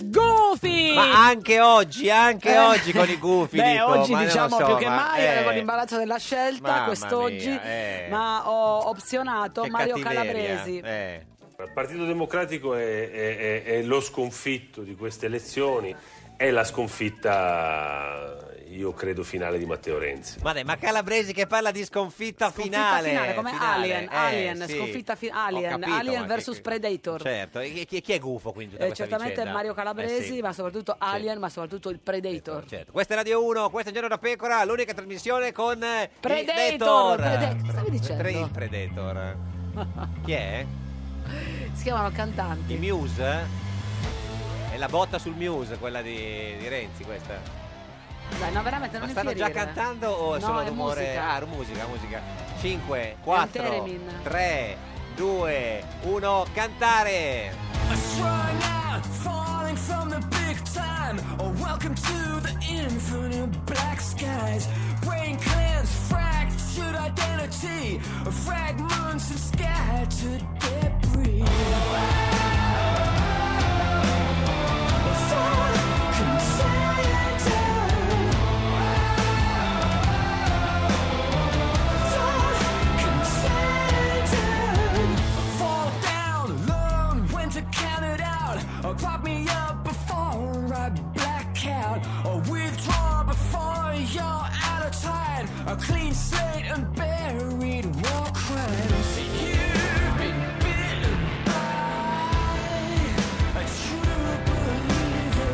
Gufi! Ma anche oggi, anche Eh. oggi con i gufi. Beh, dico, oggi ma non lo diciamo so, più che ma- mai, eh. avevo l'imbarazzo della scelta Mamma quest'oggi, mia, eh. ma ho opzionato Mario Calabresi. Il Partito Democratico è, è- è- è lo sconfitto di queste elezioni, è la sconfitta, io credo, finale di Matteo Renzi. Ma dai, ma Calabresi che parla di sconfitta, Sconfitta finale. finale, come Alien, eh, Alien, sì. sconfitta fi- Ho Alien, capito, Alien ma versus chi- Predator. Certo, e chi, chi- chi è gufo quindi tutta Eh, questa certamente vicenda? Mario Eh, Calabresi, sì. ma soprattutto Alien, ma soprattutto il Predator. Certo. Questa è Radio 1, questo è Un Giorno da Pecora, l'unica trasmissione con eh, il Predator, Certo. Predator, Predator. cosa stavi dicendo? Pre- Il Predator. Chi è? Si chiamano cantanti. I Muse? È la botta sul Muse, quella di, di Renzi questa. Dai, no, veramente non Ma stanno già infierire. cantando o è No, solo è rumore? musica. Ah, musica, musica. 5, un 4, theremin. 3, 2, 1, cantare! I strung out, falling from the big time. Oh, welcome to the infinite black skies. Brain cleanse, fractured identity, fragments and scattered debris. Thought can say I did. Thought can say I did. Fall down alone when to count it out. Or pop me up before I black out. Or withdraw before you're out of time. A clean slate and buried war crimes. You've been bitten by a true believer.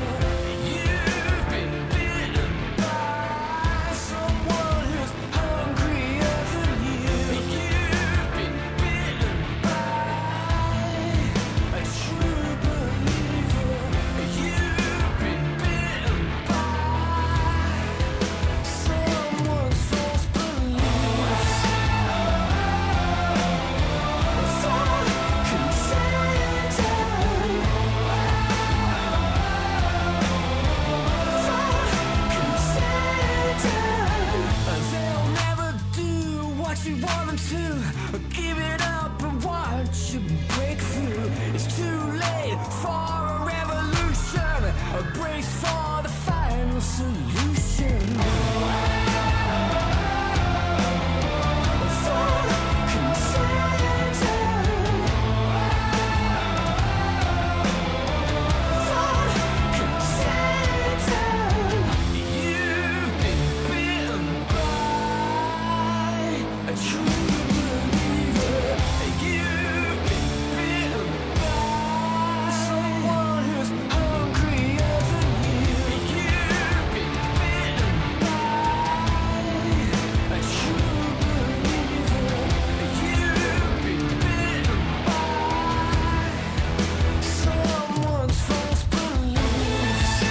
You've been bitten by someone who's hungrier than you. You've been bitten a true believer, you've been bitten by someone's false beliefs. Thought can save you. Thought can save you. They'll never do what you want them to. Give it up and watch you break through. It's too late for a revolution. A brace for the final solution. Thought can save you. Someone's false beliefs.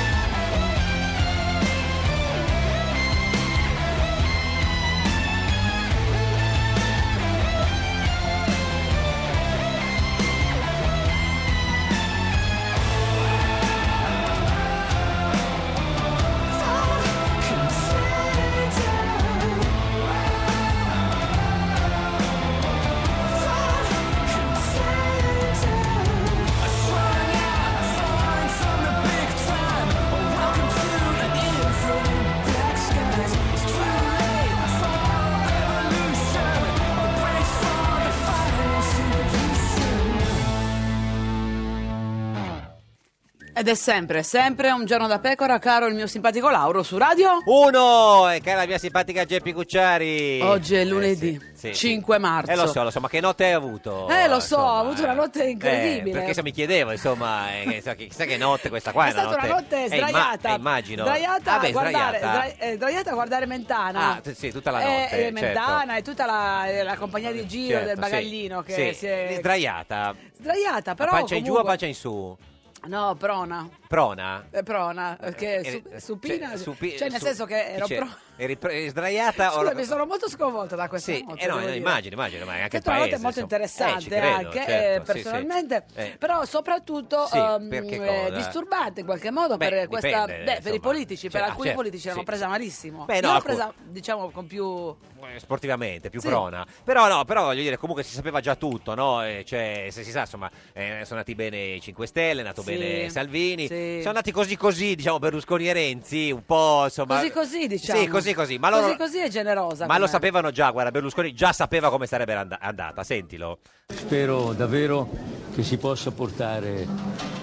Ed è sempre, sempre un giorno da pecora, caro il mio simpatico Lauro su radio. Uno! E cara la mia simpatica Geppi Cucciari. Oggi è Eh, lunedì sì, sì, 5 marzo. Eh lo so, lo so, ma che notte hai avuto? Eh, lo so, insomma, ho avuto una notte eh? incredibile. Eh, perché se mi chiedevo, insomma, eh, che- chissà, che, chissà che notte questa qua è stata una notte eh, imma- sdraiata. eh, immagino. Sdraiata, Ah, beh, a guardare, sdraiata. sdra- eh, sdraiata a guardare Mentana. Ah, t- sì, tutta la Eh, notte, eh, certo. Mentana e tutta la, eh, la compagnia di giro Certo, del sì, bagaglino che sì, si è sdraiata. sdraiata, però pancia in giù o comunque- pancia in su? No, prona. Prona? Eh, prona, che Eh, su- eh, supina, cioè, cioè, supi- nel su- senso che ero cioè, pro- Eri pre- sdraiata? o- Scusa, mi sono molto sconvolta da questa Eh, Sì, nota, eh no, devo no, dire. immagino, immagino, ma anche Che il tra l'altro paese, è molto insomma. interessante Eh, ci credo, anche, certo, eh, sì, sì. personalmente, Eh. però soprattutto Sì, ehm, perché eh, cosa? disturbante in qualche modo Beh, per, questa, dipende, beh, per insomma. i politici, Cioè, per ah, alcuni certo, politici l'hanno sì. presa malissimo, Beh, no, l'hanno alcuni- presa diciamo con più... eh, sportivamente, più Sì. prona. Però no, però voglio dire, comunque si sapeva già tutto, no? Eh, cioè, se si sa, insomma, eh, sono nati bene i 5 Stelle, è nato Sì, bene Salvini, sì. sono nati così così, diciamo, Berlusconi e Renzi, un po', insomma... Così così diciamo. Sì, così così, ma loro... Così così è generosa. Ma lo come- sapevano già, guarda, Berlusconi già sapeva come sarebbe and- andata, sentilo. Spero davvero che si possa portare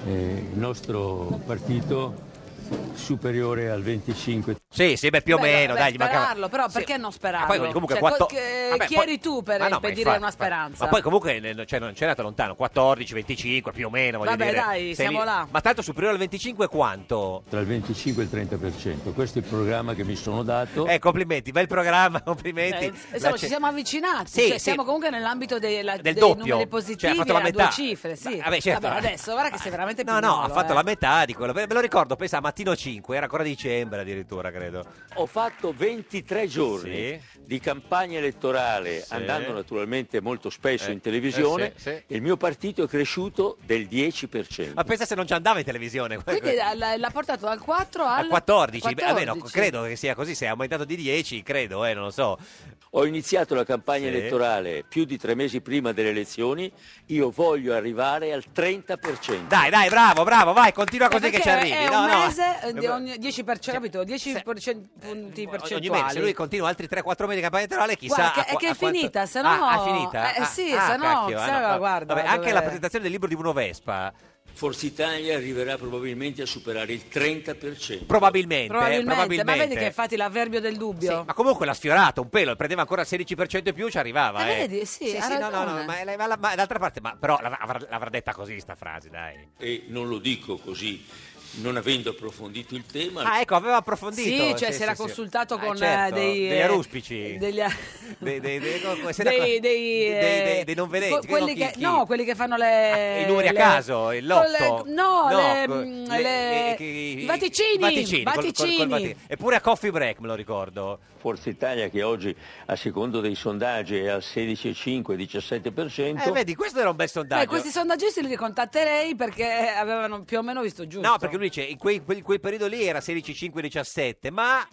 eh, il nostro partito superiore al 25. Sì, sì, beh, più o Beh, meno, beh, dai, gli mancava... sperarlo, però perché non sperarlo? Ah, poi comunque Cioè, quattor- co- che- Vabbè, chi poi- eri tu per Ma no, ma impedire infatti, una speranza? Ma poi comunque eh, cioè, non c'è andato lontano, 14, 25 più o meno, voglio Vabbè, dire. dai, Sei siamo lì- là. Ma tanto superiore al 25 quanto? Tra il 25 e il 30%, questo è il programma che mi sono dato. Eh, complimenti, bel programma, complimenti. Eh, insomma, La ci ce- siamo avvicinati, Sì, cioè, sì. siamo comunque nell'ambito dei, la- Del dei doppio. numeri Cioè, ha positivi fatto la a metà. due cifre, sì. Ma- vabbè, certo. adesso guarda che sei veramente No, no, ha pignolo, fatto eh. la metà di quello. Me lo ricordo, pensa a mattino 5, era ancora dicembre addirittura, credo. Ho fatto 23 giorni di campagna elettorale, andando naturalmente molto spesso Eh, in televisione, eh, sì, sì. Ah, e il mio partito è cresciuto del 10%. Ma pensa se non ci andava in televisione. Quindi eh, l'ha l'ha portato dal 4 al, Al 14, beh, almeno 14. credo che sia così, se è aumentato di 10, credo, eh, non lo so. Ho iniziato la campagna Sì. elettorale più di tre mesi prima delle elezioni, io voglio arrivare al 30%. Dai, dai, bravo, bravo, vai, continua così che Eh, Perché ci arrivi. È no, un no. mese eh, di ogni 10%, capito? 10 punti Ogni- ogni mese, se percentuali. lui continua altri 3-4 mesi di campagna elettorale, chissà. Guarda, che- a è che a è finita, se no- Ah, è finita? eh, Ah, sì, ah, se no, cacchio, ah, se no, vabbè. guarda, Vabbè, anche dove- la presentazione del libro di Bruno Vespa. Forza Italia arriverà probabilmente a superare il 30%. Probabilmente, eh, Probabilmente, ma vedi probabilmente. che infatti l'avverbio del dubbio. Ma comunque l'ha sfiorato un pelo, prendeva ancora il 16% in più, ci arrivava. Eh, eh. vedi, sì, ha no, no, ragione. no, ma, ma- ma- ma d'altra parte, ma però l'avrà, avrà- l'avrà detta così sta frase, dai. E non lo dico così, non avendo approfondito il tema. Ah, ecco, aveva approfondito. Sì, cioè si era sì. consultato Eh, con eh, certo, dei... degli eh, aruspici. Degli... Dei- dei- dei- come si era- dei, dei- dei, dei- eh, dei non vedenti, que- chi- quelli chi- che, chi? Ah, no quelli che fanno le I numeri a eh, le- caso, il con lotto. eh, le- no, le, co- mm, le- le- eh, chi- i vaticini i vaticini, col- col- col vaticini. vati- Eppure a Coffee Break, me lo ricordo. Forza Italia che oggi a secondo dei sondaggi è al 16,5-17%. Eh, vedi, questo era un bel sondaggio. Beh, questi sondaggisti li contatterei perché avevano più o meno visto giusto No, perché lui dice, in quei- quel, quel periodo lì era 16-5-17, ma...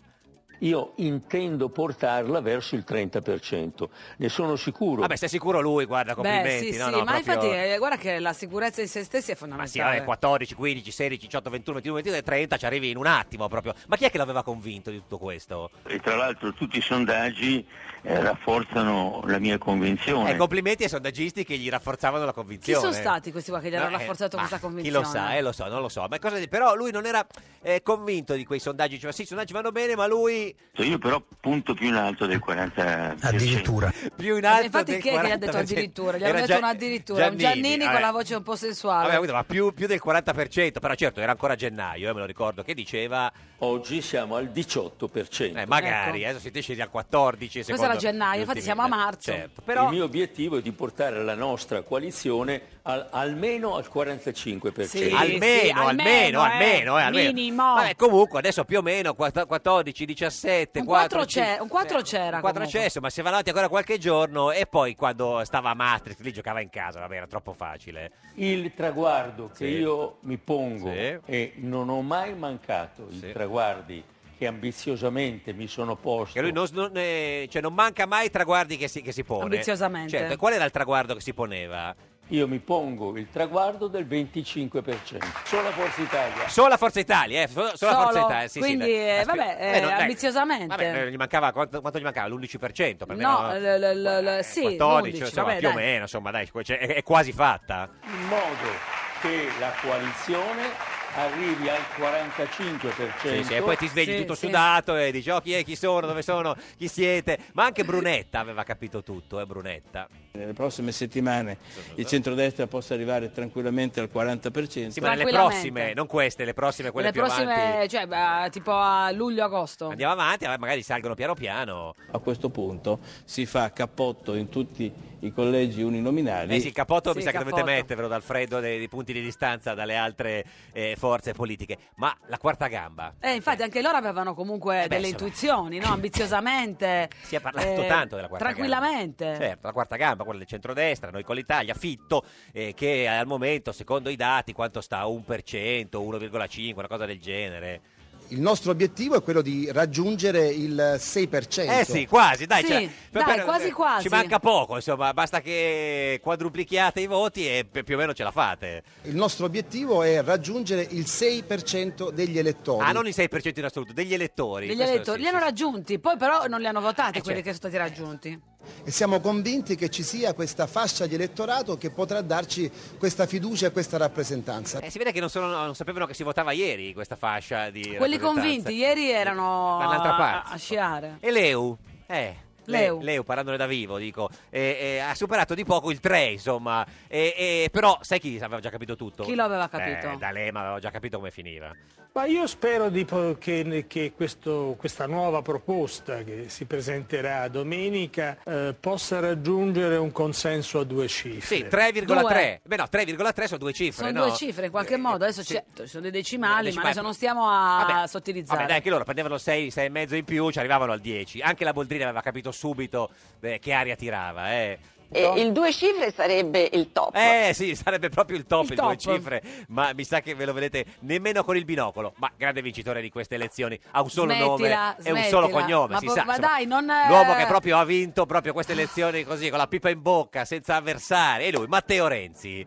Io intendo portarla verso il 30%, ne sono sicuro. Vabbè, sei sicuro lui, guarda, Beh, complimenti. sì, no, sì, no, ma proprio- infatti, eh, guarda che la sicurezza di se stessi è Ma sì, vabbè, fondamentale. 14, 15, 16, 18, 21, 22, 23, 30, ci arrivi in un attimo proprio. Ma chi è che l'aveva convinto di tutto questo? E tra l'altro tutti i sondaggi eh, rafforzano la mia convinzione. E Eh, complimenti ai sondaggisti che gli rafforzavano la Chi convinzione. sono stati questi qua che gli hanno No, eh, rafforzato ma questa Chi convinzione? lo sa, eh, lo so, non lo so. Ma cosa, però lui non era eh, convinto di quei sondaggi. Diceva, sì, i sondaggi vanno bene, ma lui Io però punto più in alto del 40%. più in alto Eh, infatti, del chi è che gli ha detto 40%. addirittura? Gli Era hanno detto Gia- un addirittura. un Giannini, con vabbè. la voce un po' sensuale. Vabbè, capito, ma più, più del 40%, però certo era ancora gennaio, eh, me lo ricordo, che diceva, Oggi siamo al 18%. eh, magari, Ecco. adesso siete scesi al 14. Questo secondo era gennaio, gli infatti ultimi siamo a dati. marzo. Certo, però... Il mio obiettivo è di portare la nostra coalizione al- almeno al 45%. Sì. almeno, sì, almeno, almeno, almeno, eh, eh, almeno. minimo. Vabbè, comunque adesso più o meno 4- 14, 17, Un 4, quattro c'è- un quattro c'era, comunque. ma se va avanti ancora qualche giorno e poi quando stava a Maastricht lì giocava in casa, vabbè, era troppo facile. Il traguardo che Sì. io mi pongo Sì. e non ho mai mancato Sì. i traguardi che ambiziosamente mi sono posto. Che lui non, non, eh, cioè non manca mai i traguardi che si, che si pone. Ambiziosamente. Certo, e qual era il traguardo che si poneva? Io mi pongo il traguardo del 25%. Solo Forza Italia. Sola Forza Italia, eh, so- solo, Solo, Forza Italia. Sì, quindi, sì, dai. eh, Aspe- vabbè, eh, dai, ambiziosamente. vabbè, eh, gli mancava, quanto, quanto gli mancava? L'11%? Per me No, l- l- l- eh, sì, 14, l'11, insomma, vabbè, più o dai. meno, insomma, dai, cioè, è, è quasi fatta. in modo che la coalizione arrivi al 45%. Sì, sì, e poi ti svegli Sì, tutto sì. sudato e dici, oh, chi è, chi sono, dove sono, chi siete. Ma anche Brunetta aveva capito tutto, eh, Brunetta. nelle prossime settimane il centrodestra possa arrivare tranquillamente al 40%. Sì, ma nelle Tranquillamente. prossime, non queste, le prossime, quelle Le più prossime, avanti. cioè, beh, tipo a luglio-agosto. Andiamo avanti, eh, magari salgono piano piano. A questo punto si fa cappotto in tutti i collegi uninominali. Eh sì, il capotto mi sa che dovete mettervelo dal freddo dei, dei punti di distanza dalle altre eh, forze politiche. Ma la quarta gamba, Eh, infatti anche loro avevano comunque delle Eh, insomma. intuizioni, no? Ambiziosamente. Si è parlato tanto della quarta Tranquillamente. gamba. Certo, la quarta gamba, quella del centrodestra, noi con l'Italia, Fitto, eh, che al momento, secondo i dati, quanto sta? 1%, 1,5%, una cosa del genere. Il nostro obiettivo è quello di raggiungere il 6%. Eh sì, quasi, dai, ce la- per- per- quasi quasi. Ci manca poco, insomma, basta che quadruplichiate i voti e pi- più o meno ce la fate. Il nostro obiettivo è raggiungere il 6% degli elettori. Ah, non il 6% in assoluto, degli elettori. Degli Certo, Questo elettori sì. li hanno raggiunti, poi però non li hanno votati Eh, quelli certo. che sono stati raggiunti. E siamo convinti che ci sia questa fascia di elettorato che potrà darci questa fiducia e questa rappresentanza. Eh, si vede che non, sono- non sapevano che si votava ieri questa fascia di Quelli rappresentanza. convinti ieri erano Dall'altra a- parte. a sciare. E Leu? Eh. le- Leu. Leu, parlandone da vivo, dico, eh, eh, ha superato di poco il 3, insomma. Eh, eh, però sai chi aveva già capito tutto? Chi lo aveva capito? Eh, D'Alema aveva già capito come finiva. Ma io spero di po- che, che questo- questa nuova proposta che si presenterà domenica eh, possa raggiungere un consenso a due cifre. Sì, 3,3. Beh no, 3,3 sono due cifre, Sono no? eh, due cifre in qualche modo, adesso c'è- ci sono dei decimali, Decimali. ma adesso non stiamo a sottilizzare. Vabbè, dai, anche loro prendevano 6, 6,5 in più, ci arrivavano al 10. Anche la Boldrini aveva capito subito eh, che aria tirava, eh. il due cifre sarebbe il top. Eh sì, sarebbe proprio il top, Il il, due top. cifre, ma mi sa che ve lo vedete nemmeno con il binocolo. Ma grande vincitore di queste elezioni, ha un solo Smettila, nome e un smettila. solo cognome, Ma si po- sa. ma insomma, dai, non, L'uomo eh, che proprio ha vinto proprio queste elezioni così, con la pipa in bocca, senza avversari, e lui, Matteo Renzi.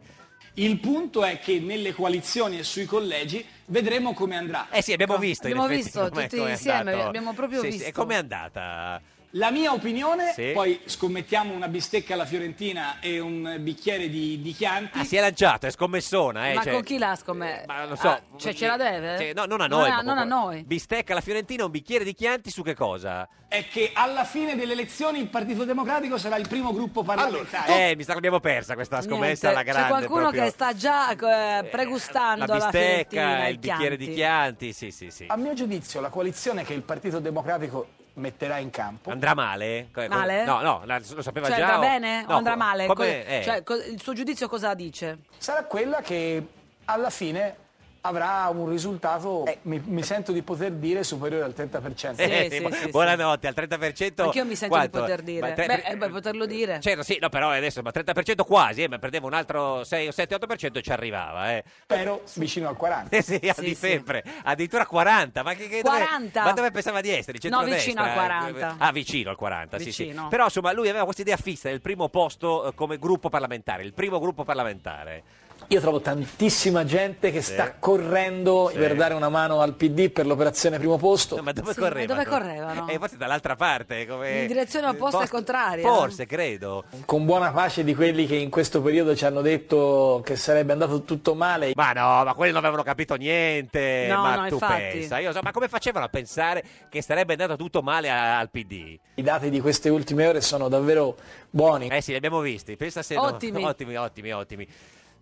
Il punto è che nelle coalizioni e sui collegi vedremo come andrà. Eh sì, abbiamo visto. in abbiamo effetti visto com'è- tutti com'è insieme, andato. abbiamo proprio Sì, sì, visto. E com'è andata? La mia opinione, Sì. poi scommettiamo una bistecca alla Fiorentina e un bicchiere di, di Chianti. Ah, si è lanciata, è scommessona. Eh, ma cioè, con chi l'ha scommesso? ma lo so. Ah, cioè ce la deve? cioè, no, non a noi. Non a, proprio. non a noi. Bistecca alla Fiorentina, un bicchiere di Chianti su che cosa? È che alla fine delle elezioni il Partito Democratico sarà il primo gruppo parlamentare. Eh, mi sa che l'abbiamo persa questa scommessa alla Niente, grande. C'è qualcuno proprio. che sta già eh, pregustando La la, bistecca, Fiorentina, Cioè, il bicchiere di Chianti, sì, sì, sì. Ah, A mio giudizio, la coalizione che il Partito Democratico metterà in campo Andrà male? Co- co- boh. Male? No, no, la- lo sapeva Cioè, già. andrà o- bene no, o andrà co- male? come- Co- eh. cioè, co- il suo giudizio cosa dice? sarà quella che alla fine avrà un risultato, mi, mi sento di poter dire, superiore al 30%. Eh, sì, bu- buonanotte, al 30%. Anch'io mi sento quanto? di poter dire. Ma tre- Beh, eh, beh, poterlo dire. Certo, sì, no, però adesso, ma 30% quasi, eh, ma perdeva un altro 6 o 7, 8% e ci arrivava, eh. Spero vicino al 40%. Eh sì, a di sempre, addirittura 40, ma che, che dove- 40? ma dove pensava di essere? No, vicino Centrodestra? al 40. Ah, vicino al 40, sì, sì. Vicino. Però insomma, lui aveva questa idea fissa del primo posto eh, come gruppo parlamentare, il primo gruppo parlamentare. Io trovo tantissima gente che Sì. sta correndo Sì. per dare una mano al PD per l'operazione primo posto. Ma dove Sì, ma correva? dove correvano? Eh, forse dall'altra parte, come In direzione opposta e Eh, forse- contraria. Forse, credo. Con buona pace di quelli che in questo periodo ci hanno detto che sarebbe andato tutto male. Ma no, ma quelli non avevano capito niente. No, Eh, ma no, tu infatti. pensa, eh. io so, ma come facevano a pensare che sarebbe andato tutto male a- al PD? I dati di queste ultime ore sono davvero buoni, Eh sì, li abbiamo visti. Pensa se no- Ottimi. ottimi, ottimi, ottimi.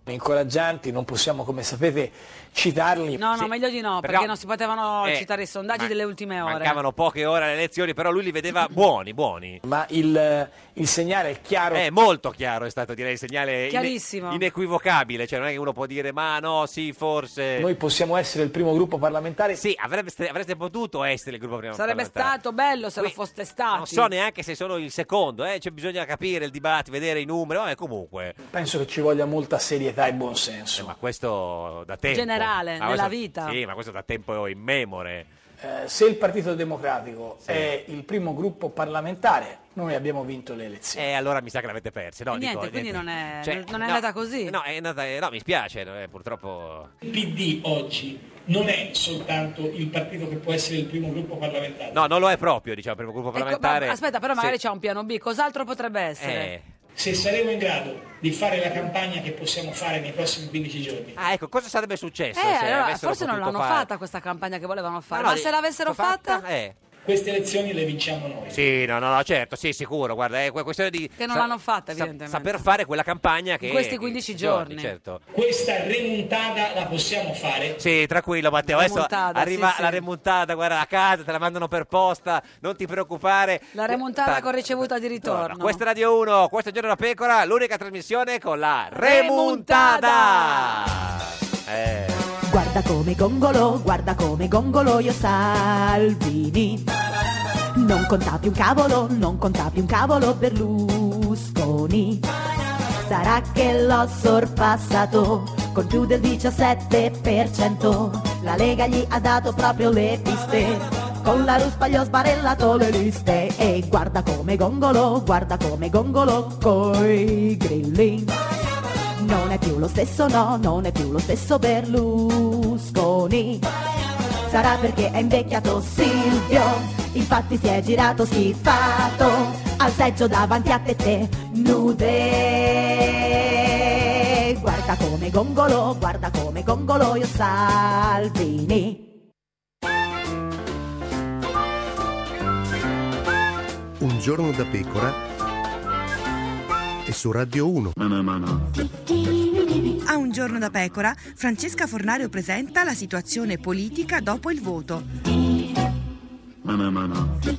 incoraggianti, non possiamo come sapete citarli. No, no, meglio di no, perché Però- non si potevano eh, citare i sondaggi delle ultime ore. Mancavano poche ore alle elezioni, però lui li vedeva buoni, buoni. Ma il, il segnale è chiaro. È molto chiaro, è stato direi il segnale ine- Chiarissimo. inequivocabile, cioè non è che uno può dire ma no, sì, forse... Noi possiamo essere il primo gruppo parlamentare. Sì, avreste, avreste potuto essere il gruppo prima Sarebbe parlamentare. stato bello se lo foste stato. Non so neanche se sono il secondo, eh, cioè bisogna capire il dibattito, vedere i numeri, vabbè, comunque... Penso che ci voglia molta serietà e buon senso. Eh, Ma questo da tempo... Generale, Ma nella questo- vita. Sì, ma questo da tempo immemore. Eh, se il Partito Democratico è il primo gruppo parlamentare, noi abbiamo vinto le elezioni. E Eh, allora mi sa che l'avete persa. No, E dico, niente, quindi niente. non è, Cioè, non è no, andata così. No, è andata- eh, no, mi spiace, no, eh, purtroppo... Il PD oggi non è soltanto il partito che può essere il primo gruppo parlamentare. No, non lo è proprio, diciamo, primo gruppo Ecco, ma- parlamentare. aspetta, però magari Sì. c'è un piano B, cos'altro potrebbe essere? Eh. Se saremo in grado di fare la campagna che possiamo fare nei prossimi 15 giorni. Ah, ecco, cosa sarebbe successo? Eh, se allora, avessero forse non potuto l'hanno fare? fatta questa campagna che volevano fare, No, ma no, se l'avessero l'hanno fatta, Eh, queste elezioni le vinciamo noi. Sì, no, no, no, certo, sì, sicuro. Guarda, è que- questione di. Che non l'hanno fatta, evidentemente. Saper fare quella campagna che. In questi 15 giorni. certo. Questa remontata la possiamo fare. Sì, tranquillo Matteo, adesso Remontata, arriva sì, sì. la remontata, guarda a casa, te la mandano per posta, non ti preoccupare. La remontata Tanto- con ricevuta di ritorno. Questa è Radio 1, questo è Giorno da Pecora, l'unica trasmissione con la remontata. Eh, Guarda come gongolo, guarda come gongolo io Salvini. Non conta più un cavolo, non conta più un cavolo Berlusconi. Sarà che l'ho sorpassato con più del 17%. La Lega gli ha dato proprio le piste. Con la ruspa gli ho sbarellato le liste e guarda come gongolo, guarda come gongolo coi grilli. Non è più lo stesso, no, non è più lo stesso Berlusconi. Sarà perché è invecchiato Silvio, infatti si è girato schifato al seggio davanti a te te nude. Guarda come gongolo, guarda come gongolo io Salvini. Un giorno da pecora e su Radio 1. A un giorno da pecora, Francesca Fornario presenta la situazione politica dopo il voto.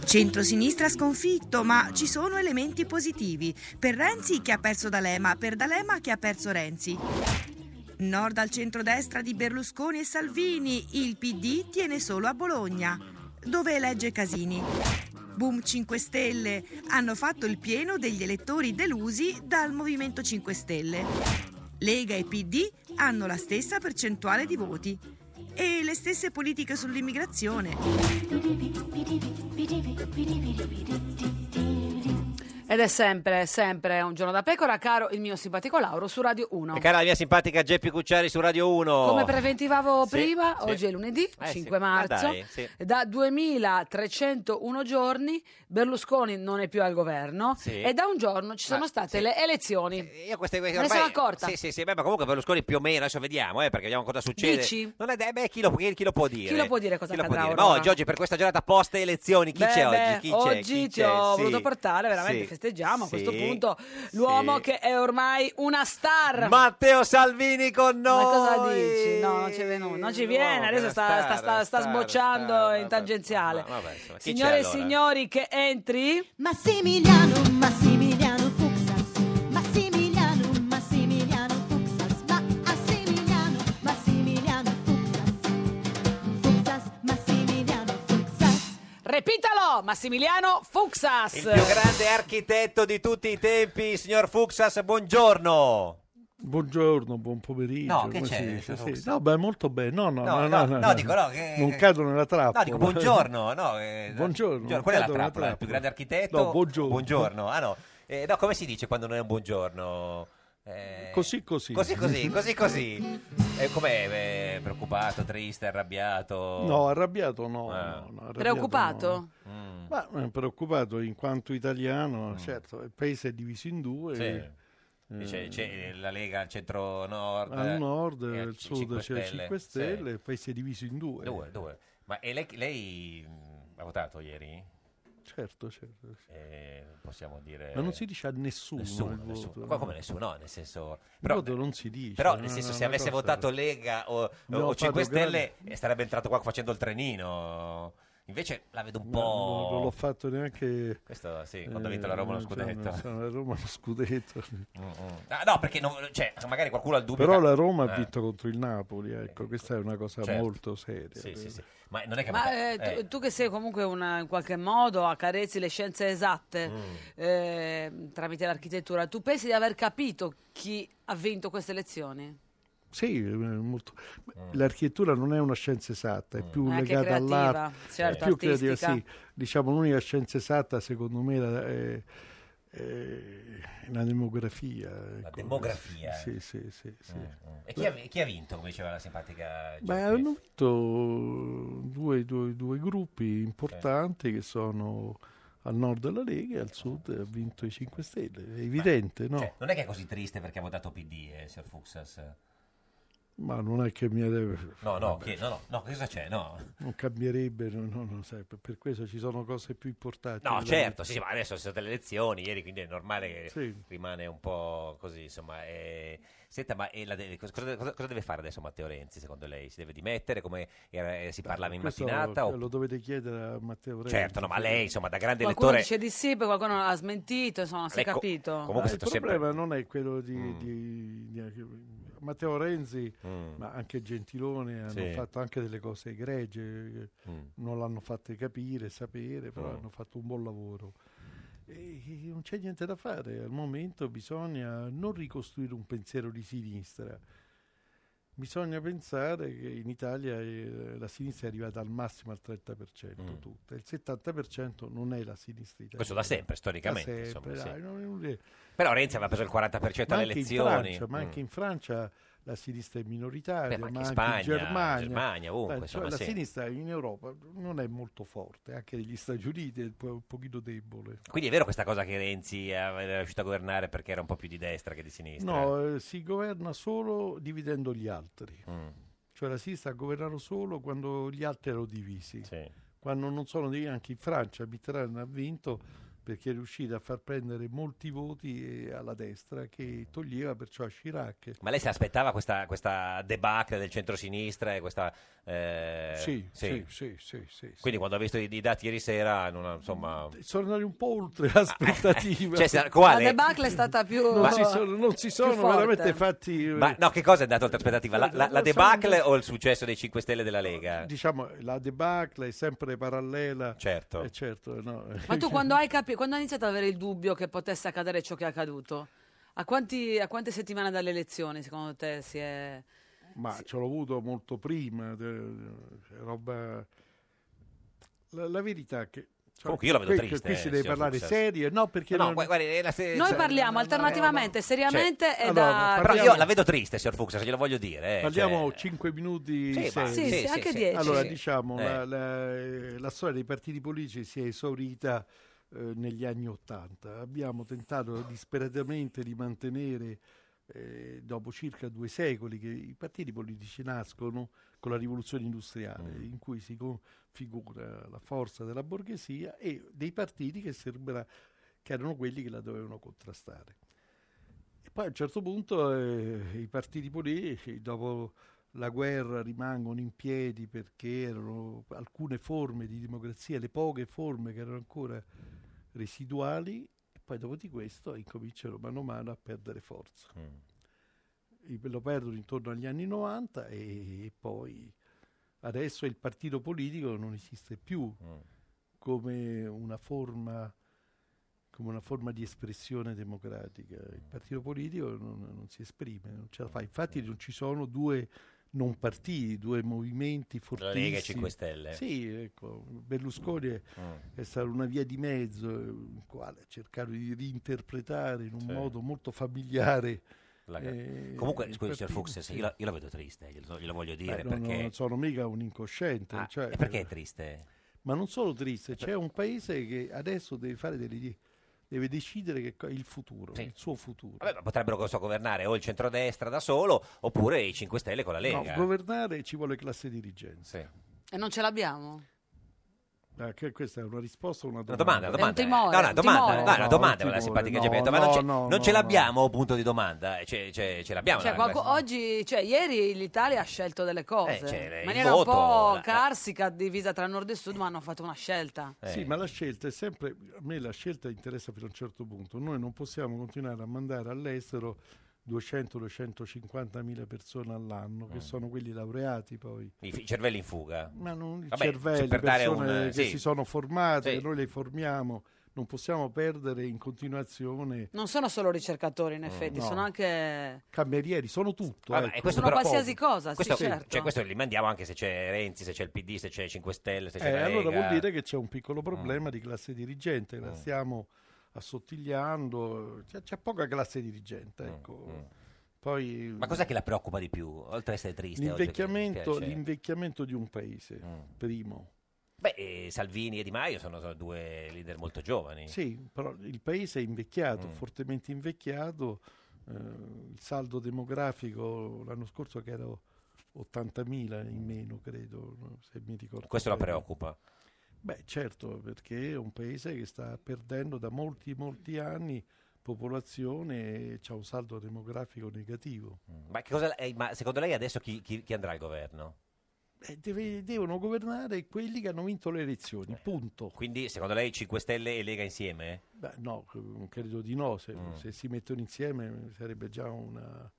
Centrosinistra sconfitto, ma ci sono elementi positivi. Per Renzi che ha perso D'Alema, per D'Alema che ha perso Renzi. Nord al centrodestra di Berlusconi e Salvini, il PD tiene solo a Bologna, dove elegge Casini. Boom 5 Stelle, hanno fatto il pieno degli elettori delusi dal Movimento 5 Stelle. Lega e PD hanno la stessa percentuale di voti e le stesse politiche sull'immigrazione. Ed è sempre, sempre un giorno da pecora, caro il mio simpatico Lauro su Radio 1. E cara la mia simpatica Geppi Cucciari su Radio 1. Come preventivavo Sì, prima, sì. oggi è lunedì, Eh, 5 sì, ma marzo, dai, sì. da 2301 giorni Berlusconi non è più al governo Sì. e da un giorno ci sono Ma- Eh, state le elezioni. Io queste, Me ne ormai- sono accorta. Sì, sì, sì, beh, ma comunque Berlusconi più o meno, adesso vediamo, eh, perché vediamo cosa succede. Dici? Non è, eh, beh, chi lo, chi- chi lo può dire? Chi lo può dire cosa Chi lo può accadrà dire? Ma ora? oggi, oggi, per questa giornata post elezioni, chi Beh, c'è beh, oggi? Chi c'è? Chi ti c'è? ho Sì. voluto portare, veramente Sì. festeggiamo a questo Sì. punto l'uomo che è ormai una star. Matteo Salvini con noi. Ma cosa dici? No, non ci, venuto, non ci viene, adesso sta, star, sta- sta- sta star, sbocciando in tangenziale. Vabbè, insomma, chi c'è Signore e allora? signori, che entri. Massimiliano, Massimiliano Fuxas, Massimiliano, Massimiliano Fuxas, ma Massimiliano, Massimiliano Fuxas, Fuxas, Massimiliano Fuxas. Repitalo, Massimiliano Fuxas. Il più grande architetto di tutti i tempi, signor Fuxas, buongiorno. Buongiorno, buon pomeriggio. No, che come c'è, si dice? Fuchs? Sì, No, beh, molto bene. No, no, No, no, no, no, no, no, dico, no, che- non cado nella trappola. No, dico buongiorno. No, eh, Ah, buongiorno. Qual è la cado nella trappola? Il più grande architetto? No, buongiorno. Buongiorno. Ah, no. Eh, no, come si dice quando non è un buongiorno? Eh, Così, così. Così, così, così, così. Eh, com'è? eh, preoccupato, triste, arrabbiato? No, arrabbiato no. Eh. no, no, arrabbiato Preoccupato? no. Mm. Ma eh, preoccupato in quanto italiano, certo, il paese è diviso in due. Sì. eh, C'è, c'è la Lega al centro-nord. eh, al nord, e al al C- sud c'è il 5 Sì. Stelle, il paese è diviso in due. Due, due. Ma e lei, lei, mh, ha votato ieri? Certo, certo. Eh, possiamo dire... Ma non si dice a nessuno. Nessuno, il voto, nessuno. no. Ma come nessuno? No, nel senso... Il Però, voto non si dice. però, no, nel no, senso, no, se una avesse cosa- votato Lega o, No, o 5 Fabio Grande- Stelle eh, sarebbe entrato qua facendo il trenino. Invece la vedo un No, po'... no, non l'ho fatto neanche Questo sì, quando ha vinto la Roma lo eh, scudetto. cioè, la Roma lo scudetto. Ah, no, perché non- cioè, magari qualcuno ha il dubbio... però che- la Roma ha Eh, vinto contro il Napoli ecco questa è una cosa certo. molto eh. seria Sì, sì, sì. Ma non è che... Ma eh, tu, eh. tu che sei comunque una- in qualche modo accarezzi le scienze esatte Mm. eh, tramite l'architettura, tu pensi di aver capito chi ha vinto queste elezioni? Sì, eh, molto. Mm. l'architettura non è una scienza esatta è più È anche legata Ah, creativa, all'arte certo, è più creativa artistica. sì. diciamo l'unica scienza esatta secondo me la- è, è la demografia ecco. demografia. Mm, sì sì sì, sì. E chi ha, chi ha vinto, come diceva la simpatica Beh, hanno vinto Cioè, due, due- due gruppi importanti Eh. che sono al nord della Lega e al sud ha vinto i 5 Stelle, è evidente, no? Cioè, non è che è così triste perché ha votato PD, eh, Sir Fuxas. Ma non è che mi deve... No, no, che- no, no, no, cosa c'è? No, Non cambierebbe, no, no, no, sai, per- per questo ci sono cose più importanti. no della certo, sì, vita. ma adesso ci sono state le elezioni ieri, quindi è normale che Sì. rimane un po' così, insomma. eh. Senta, ma eh, la de- cosa, cosa- cosa deve fare adesso Matteo Renzi, secondo lei? Si deve dimettere, come era- eh, si parlava in Questo mattinata? Lo o- dovete chiedere a Matteo Renzi. Certo, no, ma lei, insomma, da grande Qualcuno lettore... dice di sì, poi qualcuno l'ha smentito, insomma, si è Ecco, capito. comunque Eh, il è stato sempre- Mm. problema non è quello di, di- di- Matteo Renzi, ma anche Gentiloni hanno Sì. fatto anche delle cose egregie, che Mm. non l'hanno fatte capire, sapere, però Mm. hanno fatto un buon lavoro. E e non c'è niente da fare, al momento bisogna non ricostruire un pensiero di sinistra. Bisogna pensare che in Italia eh, la sinistra è arrivata al massimo al 30%, Mm. tutta. Il 70% non è la sinistra italiana. Questo da sempre, storicamente, Cioè, Da sempre, insomma, dai, sì. non è inutile Però Renzi aveva preso il 40% alle anche in elezioni. Francia, ma Mm. anche in Francia la sinistra è minoritaria, Beh, ma anche ma anche, in in Spagna, Germania. Germania, ovunque, Dai, insomma, la sì. sinistra in Europa non è molto forte, anche negli Stati Uniti è un po- un pochino debole. Quindi è vero questa cosa che Renzi eh, era riuscito a governare perché era un po' più di destra che di sinistra? No, eh, si governa solo dividendo gli altri. Mm. Cioè la sinistra ha governato solo quando gli altri erano divisi. Quando non sono divisi, anche in Francia Mitterrand ha vinto perché è riuscito a far prendere molti voti eh, alla destra che toglieva perciò a Chirac. Ma lei si aspettava questa, questa debacle del centrosinistra e questa... eh, Sì, sì, sì, sì, sì, Mm, sì. Quindi quando ha visto i, i dati ieri sera, non ha- insomma... sono andati un po' oltre Ah, l'aspettativa. Cioè, se- quale? La debacle è stata più... Non si sono, non si sono forte. veramente fatti. eh, Ma no, che cosa è andato oltre aspettativa? La, la- la Non so, debacle non so. o il successo dei 5 Stelle della Lega? Diciamo, la debacle è sempre parallela. Certo. Eh, certo no. Ma tu quando hai, capi- quando hai iniziato ad avere il dubbio che potesse accadere ciò che è accaduto? A, quanti- a quante settimane dalle elezioni secondo te si è... Ma ce l'ho avuto molto prima. de- cioè, roba... la, la verità è che. cioè, Comunque io la vedo qui- triste, Qui si eh, deve signor parlare Fuchs. serie, no? Perché No, non- gua- guardi, è la se- cioè, Noi parliamo alternativamente, seriamente Cioè, e da... Però io la vedo triste, signor Fuchs, se glielo voglio dire. eh, Parliamo cioè- 5 minuti. Sì, ma- seri. sì, sì, Sì, anche sì, dieci. Allora, sì. diciamo, Eh. la, la- la storia dei partiti politici si è esaurita eh, negli anni Ottanta. Abbiamo tentato disperatamente di mantenere, eh, dopo circa due secoli, che i partiti politici nascono con la rivoluzione industriale, Mm. in cui si configura la forza della borghesia e dei partiti che, sembra, che erano quelli che la dovevano contrastare. E poi a un certo punto eh, i partiti politici, dopo la guerra, rimangono in piedi perché erano alcune forme di democrazia, le poche forme che erano ancora residuali, e poi dopo di questo incominciano mano a mano a perdere forza. I- Lo perdono intorno agli anni 90 e, e poi adesso il partito politico non esiste più Mm. come una forma come una forma di espressione democratica. Mm. Il partito politico non, non si esprime, non ce la fa. Infatti non ci sono due non partiti, due movimenti fortissimi. Lega e 5 Stelle. Mm. Sì, ecco, Berlusconi è, è stata una via di mezzo eh, in quale ha cercato di reinterpretare in un Sì. modo molto familiare. La- eh, Comunque, il scusi, signor partito, Fuchs, sì. io, la- io la vedo triste, glielo, glielo voglio dire Beh, no, no, perché... non sono mica un incosciente. Ah, cioè- e perché è triste? Ma non solo triste, c'è un paese che adesso deve fare delle idee, deve decidere che co- il futuro, il suo futuro. Vabbè, ma potrebbero non so, governare o il centrodestra da solo oppure i 5 Stelle con la No, Lega. governare ci vuole classe dirigente. E non ce l'abbiamo? Ah, che questa è una risposta o una Una domanda? domanda, una domanda. eh. È un timore, no, una un domanda, timore. no, una No, domanda, un quella timore, simpatica no, Geppetto, ma non no, ce, no, non ce no, l'abbiamo, punto di domanda. eh, Ce, ce- ce l'abbiamo. Cioè, la- qualcu- la- oggi, cioè, ieri l'Italia ha scelto delle cose Eh, cioè, il in maniera voto, un po' la- carsica, divisa tra nord e sud, ma hanno fatto una scelta. Eh. Sì, ma la scelta è sempre. A me la scelta interessa fino a un certo punto. Noi non possiamo continuare a mandare all'estero 200-250 mila persone all'anno, che sono quelli laureati poi. I, Mm. fi- i cervelli in fuga. Ma non i Vabbè, cervelli, per dare un- eh, persone che sì. si sono formate, Sì. che noi le formiamo, non possiamo perdere in continuazione Non sono solo ricercatori, Mm, in effetti, No. sono anche... camerieri, sono tutto. Vabbè, ecco. e questo Sono però- qualsiasi cosa, sì, questo, certo. cioè, questo li mandiamo anche se c'è Renzi, se c'è il PD, se c'è 5 Stelle, se Mm. c'è Eh, la Lega. allora vuol dire che c'è un piccolo problema di classe dirigente, Mm. la stiamo assottigliando, c'è, c'è poca classe dirigente. Ecco. Poi, Mm. Ma cos'è che la preoccupa di più, oltre a essere triste? oltre che l'invecchiamento, dispiace? Mm. l'invecchiamento di un paese, primo. Beh, eh, Salvini e Di Maio sono, sono due leader molto giovani. Sì, però il paese è invecchiato, fortemente invecchiato. eh, il saldo demografico l'anno scorso che era 80.000 in meno, credo, no? se mi ricordo. Questo la bene. preoccupa. Beh, certo, perché è un paese che sta perdendo da molti, molti anni popolazione e ha un saldo demografico negativo. Ma, che cosa- eh, ma secondo lei adesso chi, chi- chi andrà al governo? Eh, deve- devono governare quelli che hanno vinto le elezioni, punto. Quindi secondo lei 5 Stelle e Lega insieme? Beh, no, c- credo di no. Se, Mm. se si mettono insieme sarebbe già una.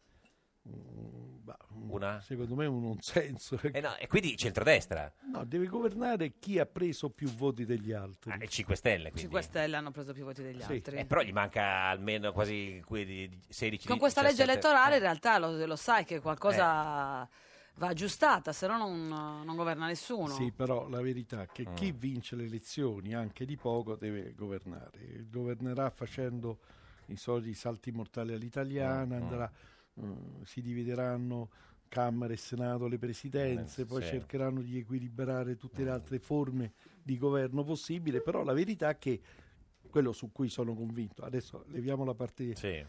un- bah, un- Una? Secondo me un nonsenso. Eh no, e quindi centrodestra No, deve governare chi ha preso più voti degli altri. e 5 Stelle. Quindi. 5 Stelle hanno preso più voti degli Sì. altri. Eh, però gli manca almeno quasi que- di- di- 16 Con questa legge 17 elettorale in realtà lo, lo sai che Eh. qualcosa va aggiustata, se no non, non governa nessuno. Sì, però la verità è Mm. che chi vince le elezioni, anche di poco, deve governare. Governerà facendo i soliti salti mortali all'italiana, Mm, mm. andrà, eh, si divideranno Camera e Senato le presidenze, Eh, poi sì. Mm. cercheranno di equilibrare tutte le altre forme di governo possibile, però la verità è che quello su cui sono convinto, adesso leviamo la parte, eh,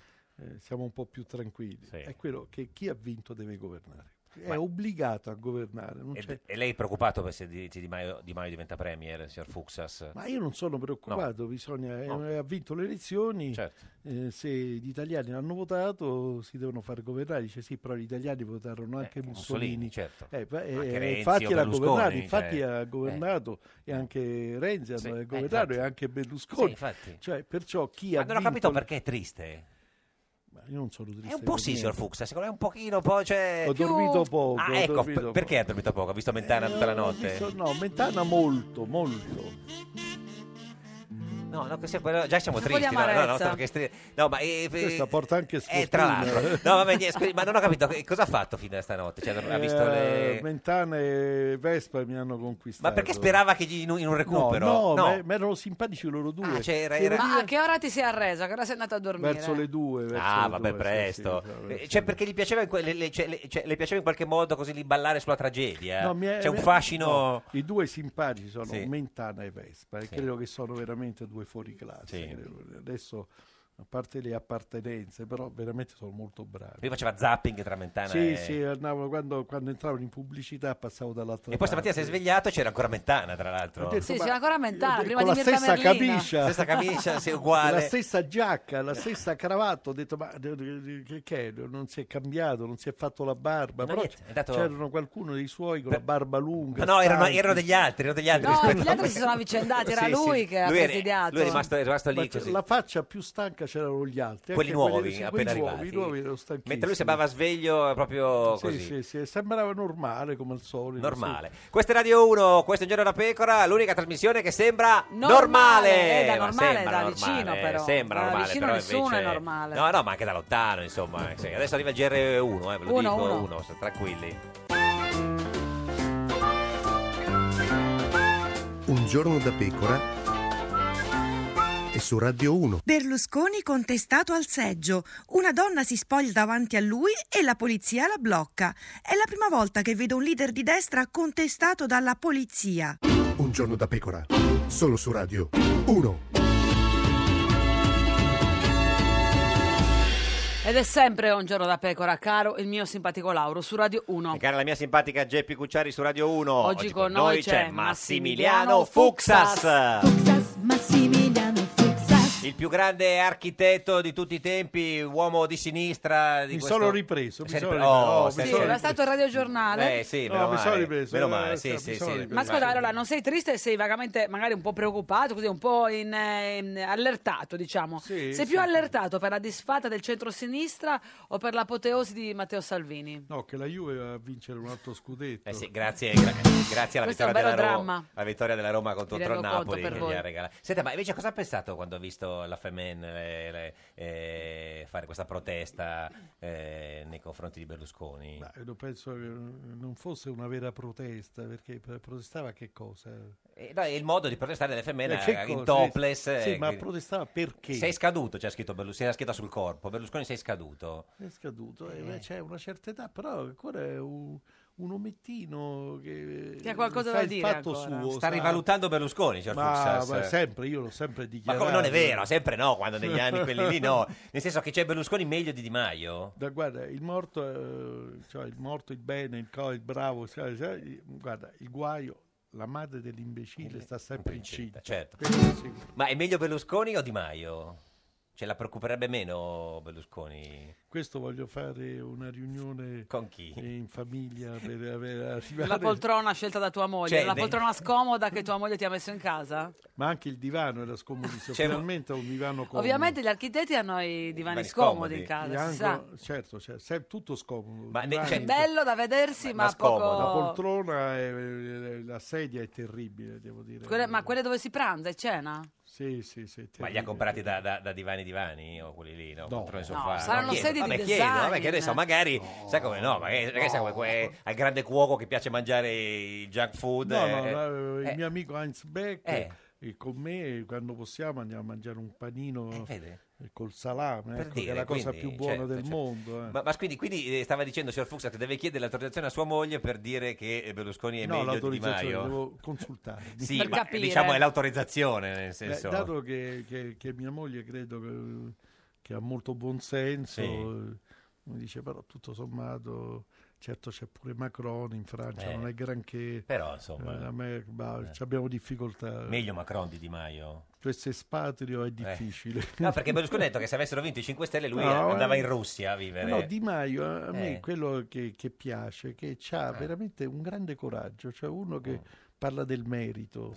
siamo un po' più tranquilli, è quello che chi ha vinto deve governare. È Ma- obbligato a governare, non c'è Eh, E, e lei è preoccupato per se di, se Di Maio, Di Maio diventa premier, signor Fuxas? Ma io non sono preoccupato, bisogna- eh, ha vinto le elezioni, Certo. eh, se gli italiani hanno votato si devono far governare, dice sì, però gli italiani votarono anche Mussolini. Eh, Mussolini, certo. Eh, beh, Anche eh, Renzi infatti, o l'ha Berlusconi, governato, cioè. Eh. infatti ha governato e anche Renzi ha Sì, eh, governato e infatti. anche Berlusconi. infatti. Cioè, perciò chi Ma ha non ho vinto capito le- perché è triste. Ma io non sono triste. È un po' per sì, niente. signor Fuxas, secondo me è un pochino po', cioè, Ho più- dormito poco, Ah, ho ecco, dormito per- poco. Eh, perché ha dormito poco? Ha visto Mentana tutta la notte? Ho visto- no, Mentana molto, molto. No, no, che sia quello- già siamo Un po' di tristi. No, no, no, amarezza. perché stri- no, ma eh, eh, Questa porta anche eh, tra sfortuna. l'altro, no, vabbè, niente, scusi, ma non ho capito che- cosa ha fatto fino a stanotte. Cioè, ha visto Eh, le... Mentana e Vespa mi hanno conquistato. Ma perché sperava che gli in un, in un recupero? No, no, me- me erano simpatici loro due. Ah, cioè, era- Devo era- dire- Ma a che ora ti sei arreso? A che ora sei andato a dormire? verso le due. verso Ah, le vabbè, due, sì, presto. sì, sì, Eh, sì. cioè, perché gli piaceva, in que- le- le- cioè, le- cioè, le piaceva in qualche modo così lì ballare sulla tragedia? No, mi è- C'è un mi è- fascino. no, I due simpatici sono Sì. Mentana e Vespa, e Sì. credo che sono veramente due fuori classe. Sì. credo. Adesso, a parte le appartenenze, però veramente sono molto bravi. Lui faceva zapping tra Mentana Sì, e... sì, andavo- quando, quando entravano in pubblicità passavo dall'altra E poi stamattina si è parte. svegliato e c'era ancora Mentana, tra l'altro. Ho detto, Sì, ma- c'era ancora Mentana, io- prima Eh, con di la Mirta stessa Merlino. camicia, Stessa camicia, sì, uguale. la stessa giacca, la stessa cravatta. Ho detto, ma eh, che, che è? non si è cambiato, non si è fatto la barba. No, Però niente, è dato- c'erano qualcuno dei suoi con la barba lunga. Ma no, erano, stanchi. erano degli altri, erano degli altri. No, rispetto gli a altri me. si sono avvicendati, era Sì, sì. lui che ha Lui era- presidiato. Lui è rimasto, è rimasto lì Ma c'è- così. La faccia più stanca c'erano gli altri. Quelli anche nuovi, sì, appena quelli nuovi, arrivati. i nuovi erano stanchissimi. Mentre lui sembrava sveglio proprio Sì, così. sì, sì, sembrava normale come al solito. Normale. sì. Questa è Radio 1, questo è Un Giorno da Pecora, l'unica trasmissione che sembra normale. Normale, eh, da Ma normale, sembra da normale, vicino però. Sembra Da normale, vicino però nessuno invece... è normale. No, no, ma anche da lontano, insomma. eh, sì. Adesso arriva il GR1, eh, ve lo Uno, dico, uno. uno, state tranquilli. Un giorno da pecora e su Radio 1. Berlusconi contestato al seggio. Una donna si spoglia davanti a lui e la polizia la blocca. È la prima volta che vedo un leader di destra contestato dalla polizia. Un giorno da pecora. Solo su Radio 1. Ed è sempre un giorno da pecora, caro il mio simpatico Lauro su Radio 1. E cara la mia simpatica Geppi Cucciari su Radio 1. Oggi con noi c'è Massimiliano Fuxas. Massimiliano Il più grande architetto di tutti i tempi, uomo di sinistra. Di Mi questo- sono ripreso, mi Sei sono ripre- ripreso. Oh, sei Oh, mi Sì, sono ripreso. era stato il radiogiornale. Eh sì, No, meno mi male. sono ripreso, Meno eh, male, mi sì, sì, sono sì. ripreso. Ma ascolta, allora non sei triste, sei vagamente magari un po' preoccupato, così un po' in, eh, in- allertato, diciamo. Sì, sei sì. più allertato per la disfatta del centrosinistra o per l'apoteosi di Matteo Salvini? No, che la Juve va a vincere un altro scudetto. Eh sì, grazie, gra- grazie alla Ecco. Questo vittoria è un della, bello Roma, dramma. la vittoria della Roma contro Mi contro il rendo conto Napoli per che gli voi. ha regalato. Senta, ma invece cosa ha pensato quando ha visto la Femen eh, le- eh, fare questa protesta eh, nei confronti di Berlusconi? Ma eh, lo penso che non fosse una vera protesta, perché pre- protestava che cosa? Eh, no, è il modo di protestare delle femmine Eh, che in cosa? topless. Sì, eh, ma che- protestava perché? Sei scaduto, c'è scritto Berlusconi, era scritta sul corpo. Berlusconi sei scaduto. Eh. È scaduto, eh, beh, c'è una certa età, però ancora è un, un omettino che, Che ha qualcosa fa da il dire fatto ancora. suo, Sta rivalutando Berlusconi, signor ma, Fuchsas. ma sempre, io l'ho sempre Ma dichiarato. come non è vero, sempre no, quando negli anni quelli lì no. Nel senso che c'è Berlusconi meglio di Di Maio? Da- guarda, il morto, eh, cioè, il morto, il bene, il co, il bravo, sai, sai, guarda, il guaio, la madre dell'imbecille sta sempre in cinta. Eh, certo. Questo sì. Ma è meglio Berlusconi o Di Maio? Ce la preoccuperebbe meno Berlusconi? Questo voglio fare una riunione con chi? In famiglia per avere arrivare... La poltrona scelta da tua moglie, Cioè, la dei- poltrona scomoda che tua moglie ti ha messo in casa. Ma anche il divano era scomodissimo. C'era- Finalmente ho un divano comodo. Ovviamente gli architetti hanno i divani Divani scomodi in casa, Bianco, si sa. Certo, certo, se- tutto scomodo. Ma Divani- Cioè, bello da vedersi, ma, La poco... poltrona, e la sedia è terribile, devo dire. Quelle- ma quelle dove si pranza e cena? Sì, sì, sì. Ma li ha comprati da, da- da divani divani o quelli lì? No, poltrone, sofà? No, saranno chiedo, sedie di vabbè, chiedo, vabbè, design. che adesso magari, sai come no, magari, magari sai come que- al grande cuoco che piace mangiare il junk food. No, ecco eh, no, la- eh, il mio amico Heinz Beck Eh. eh, con me quando possiamo andiamo a mangiare un panino vede? eh, col salame, per ecco, che dire, è la cosa quindi, più buona certo, del certo. mondo. eh. Ma, ma quindi, quindi, eh, stava dicendo signor Fuchs che deve chiedere l'autorizzazione a sua moglie per dire che eh, Berlusconi è no, meglio di Di l'autorizzazione Maio. devo consultare. Sì, ma diciamo è l'autorizzazione nel senso. dato che, che- che mia moglie credo che, che ha molto buon senso, Sì. eh, mi dice però tutto sommato, certo c'è pure Macron in Francia, Eh. non è granché. Però, insomma, eh, la Mer- ma eh. ci abbiamo difficoltà. Meglio Macron di Di Maio. Questo espatrio è Eh. difficile. No, perché Berlusconi ha detto che se avessero vinto i 5 Stelle lui No, andava eh. in Russia a vivere. No, Di Maio a me Eh. quello che, che piace, che ha veramente un grande coraggio, cioè uno che Mm. parla del merito.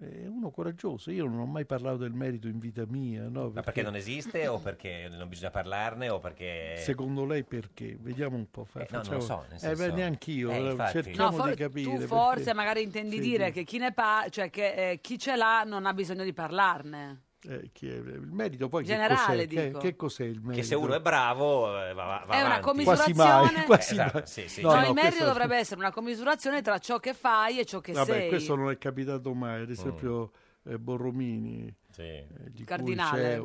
È uno coraggioso, io non ho mai parlato del merito in vita mia, no, Ma perché non esiste o perché non bisogna parlarne o perché... Secondo lei perché? Vediamo un po'. fa- Eh, no, non facciamo- lo so, nel Eh, senso- beh, neanche io, Eh, allora, infatti. cerchiamo No, for- di capire. tu forse perché- magari intendi Sì, dire sì. che chi ne pa- cioè che eh, chi ce l'ha non ha bisogno di parlarne. Eh, chi è- il merito poi Generale, che cos'è? Che- dico. Che, cos'è il merito? Che se uno è bravo eh, va, va, va È una avanti. commisurazione- Quasi mai, quasi Eh, esatto, mai. sì, sì. No, il merito questo- dovrebbe essere una commisurazione tra ciò che fai e ciò che Vabbè, sei. Mm. questo non è capitato mai, ad esempio eh, Borromini, eh, di cui Cardinale. c'è-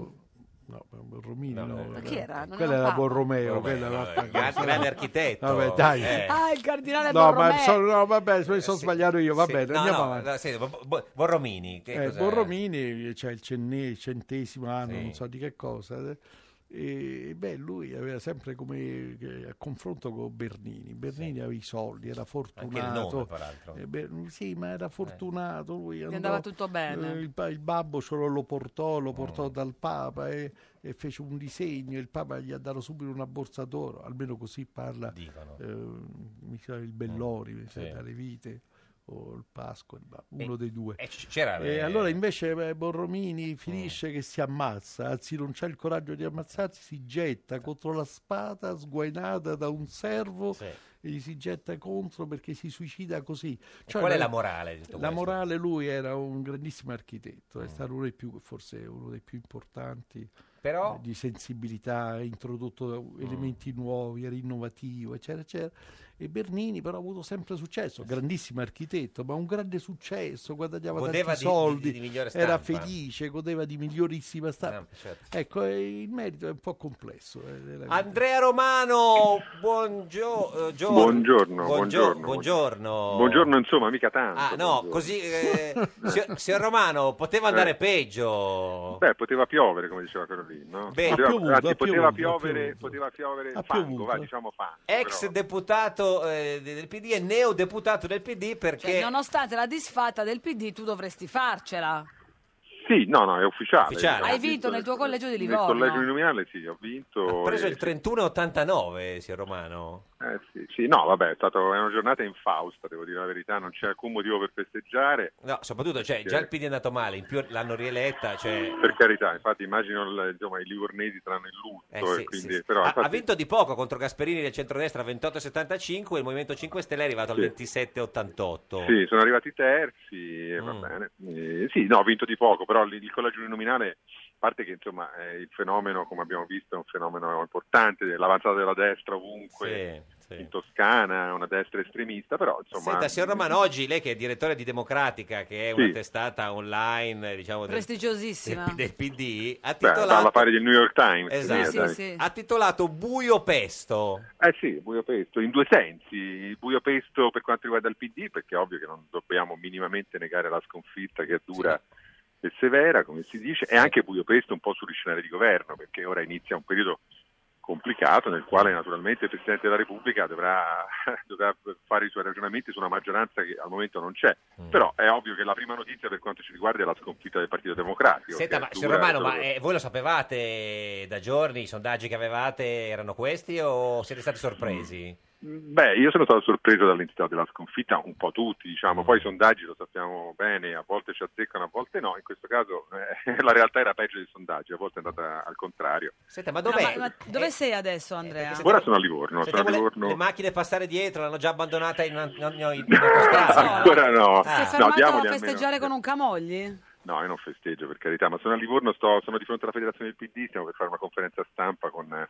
No, Borromini no. Ma chi era? Non Quella era era Papa? Borromeo, Borromeo, quella era vabbè, un'altra gran- cosa. grande architetto. Vabbè, dai. Eh. Ah, il cardinale No, ma Borromeo. sono, no, vabbè, mi sono sbagliato io, va Sì, bene, no, andiamo no, avanti. no, sì, Bo- Bo- Borromini. Che Eh, cos'è? Borromini eh, c'è il cenne- centesimo anno, Sì. non so di che cosa. eh, E beh, lui aveva sempre come eh, a confronto con Bernini. Bernini aveva i soldi, era fortunato. nome, peraltro. Eh, beh, sì, ma era fortunato. Lui andò, andava tutto bene. eh, il, pa- il babbo ce lo, lo portò, Mm. lo portò dal Papa e, e fece un disegno. Il Papa gli ha dato subito una borsa d'oro. Almeno così parla eh, mi sa il Bellori, mi sa, Mm. Sì. dalle vite o il Pasqua, ma uno E- dei due. e c- c'era, E eh, Mm. allora invece eh, Borromini finisce che si ammazza, anzi non c'ha il coraggio di ammazzarsi, si getta contro la spada sguainata da un servo e gli si getta contro perché si suicida così. qual è la morale di tutto Cioè, La questo? Mm. morale lui era un grandissimo architetto, è stato uno dei più, forse uno dei più importanti Però- Mm. eh, di sensibilità, ha introdotto elementi nuovi, era innovativo, eccetera, eccetera. E Bernini però ha avuto sempre successo, Eh grandissimo architetto, ma un grande successo, guadagnava Godeva di- tanti di- soldi, di migliore era stampa. felice, godeva di migliorissima stampa. Eh, certo. Ah, Ecco, eh, il merito è un po' complesso. eh, della vita. Andrea Romano, buongiorno. Buongiorno, Buongio- buongiorno. buongiorno. Buongiorno, insomma, mica tanto. Ah, no, buongiorno. così, eh, signor, signor Romano, poteva andare Eh. peggio. Beh, poteva piovere, come diceva Carolina. No? Beh, poteva, Ha piovuto, anzi, ha poteva piovuto, ha piovere, piovuto. poteva piovere Ha fango, piovuto. va, diciamo fango. Ex però. deputato eh, del PD e neodeputato del PD perché... Cioè, nonostante la disfatta del PD, tu dovresti farcela. Sì, no, no, è ufficiale. Ufficiale. Io Hai ho vinto nel tuo collegio di Nel collegio Livorno. uninominale sì, ho vinto. ha preso e- il 31,89, signor Romano. eh, sì, sì, no, vabbè, è, stato, è una giornata infausta, devo dire la verità, non c'è alcun motivo per festeggiare. No, soprattutto, cioè, già il PD è andato male, in più l'hanno rieletta, cioè... Per carità, infatti immagino il- insomma, i livornesi saranno in Eh, lutto, sì, e sì, quindi, sì. però ha, infatti, ha vinto di poco contro Gasperini del centrodestra 28,75 e il Movimento 5 Stelle è arrivato Sì. al 27,88. Sì, sono arrivati terzi, e va Mm. bene. Eh, sì, no, ho vinto di poco, però il il collegio uninominale, a parte che insomma eh, il fenomeno, come abbiamo visto, è un fenomeno importante, l'avanzata della destra ovunque, in Toscana, una destra estremista, però insomma... Senta, signor Romano, oggi lei che è direttore di Democratica, che è una Sì. testata online, eh, diciamo... del- Prestigiosissima. Del, del PD, ha Beh, titolato... dalla pari del New York Times. Esatto. via, dai. Ha titolato Buio Pesto. Eh sì, buio pesto, in due sensi. Il buio pesto per quanto riguarda il PD, perché è ovvio che non dobbiamo minimamente negare la sconfitta che è dura e severa, come si dice, e anche buio pesto un po' sullo scenario di governo, perché ora inizia un periodo complicato nel quale naturalmente il Presidente della Repubblica dovrà, dovrà fare i suoi ragionamenti su una maggioranza che al momento non c'è. Mm. Però è ovvio che la prima notizia per quanto ci riguarda è la sconfitta del Partito Democratico. Senta, che è ma, signor dura e Romano, ma dolorosa. eh, voi lo sapevate da giorni? I sondaggi che avevate erano questi o siete stati sorpresi? Mm, Beh, io sono stato sorpreso dall'entità della sconfitta, un po' tutti, diciamo, Mm. poi i sondaggi lo sappiamo bene, a volte ci azzeccano, a volte no, in questo caso eh, la realtà era peggio dei sondaggi, a volte è andata al contrario. Senta, ma No, dov'è? ma- ma dove sei adesso, Andrea? Ora sono a Livorno, sono a Sentiamo le- Livorno. Le, macchine passare dietro l'hanno già abbandonata in, una- in, in- in autostrada. Ancora no, Si è no, fermato a diamoli almeno. festeggiare con un camogli? No, io non festeggio per carità, ma sono a Livorno, sto, sono di fronte alla federazione del PD, stiamo per fare una conferenza stampa con, eh,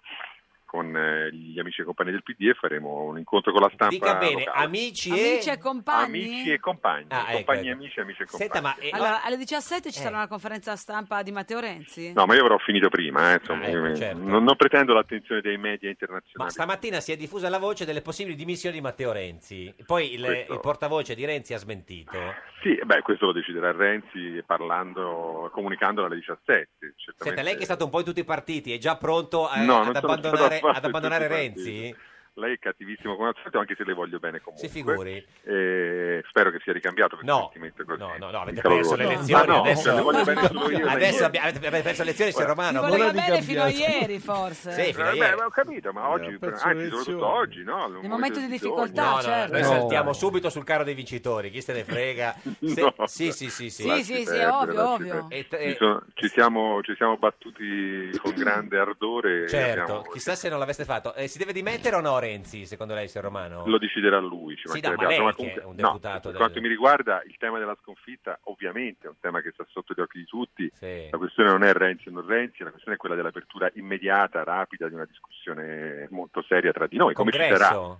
con eh, gli amici e compagni del PD e faremo un incontro con la stampa. Dica bene, locale. amici e... Amici e compagni? Amici e compagni, Ah, ecco, compagni ecco. amici, amici e compagni. Senta, ma... eh, Allora, alle 17 ci Eh. sarà una conferenza stampa di Matteo Renzi? No, ma io avrò finito prima, eh, insomma, Ah, ecco, io- certo. non, non pretendo l'attenzione dei media ma internazionali. stamattina si è diffusa la voce delle possibili dimissioni di Matteo Renzi. Poi il, Questo- il portavoce di Renzi ha smentito. Sì, beh, questo lo deciderà Renzi parlando, comunicandolo alle 17. certamente. Senta, lei che è stato un po' in tutti i partiti, è già pronto a- No, non Eh, ad sono stato abbandonare, affatto ad abbandonare in tutti i Renzi? Lei è cattivissimo come al solito, anche se le voglio bene comunque. Si figuri. Eh, spero che sia ricambiato questo sentimento così. No, no, no, Avete perso le elezioni no, adesso. le voglio bene solo io. lei Adesso no. abbi- avete avete perso le elezioni, signor Mi Romano. voleva bene fino a ieri, forse. Sì, fino a Eh, ieri. beh, ma ho capito, ma oggi, perso le anzi, soprattutto oggi, no? Nel momento di difficoltà, No, no, no, certo. noi No. saltiamo subito sul carro dei vincitori, chi se ne frega. Se- Sì, sì, sì, sì. Sì, sì, sì, è ovvio, ovvio. E- Ci, e- sono- ci siamo, ci siamo battuti con grande ardore. e certo, abbiamo- chissà se non l'aveste fatto. Eh, si deve dimettere o no Renzi, secondo lei, signor Romano? Lo deciderà lui. Ci Sì, mancherebbe no, ma altro, lei che comunque- è un no, deputato per quanto del- mi riguarda, il tema della sconfitta, ovviamente, è un tema che sta sotto gli occhi di tutti. La questione non è Renzi o non Renzi, la questione è quella dell'apertura immediata, rapida di una discussione molto seria tra di noi. Come ci sarà? Congresso?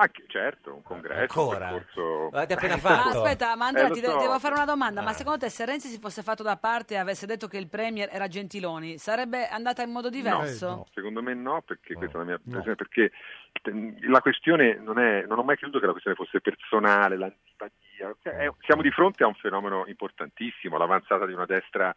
Anche, certo, un congresso. un Ancora? percorso- L'avete appena Eh, Ma aspetta, ma Andrea, lo ti de- so. devo fare una domanda. Ma Ah. secondo te, se Renzi si fosse fatto da parte e avesse detto che il Premier era Gentiloni, sarebbe andata in modo diverso? No, no, secondo me no, perché questa è la mia Oh, impressione, perché t- la questione non è, non ho mai creduto che la questione fosse personale, l'antipatia, cioè, è- siamo di fronte a un fenomeno importantissimo, l'avanzata di una destra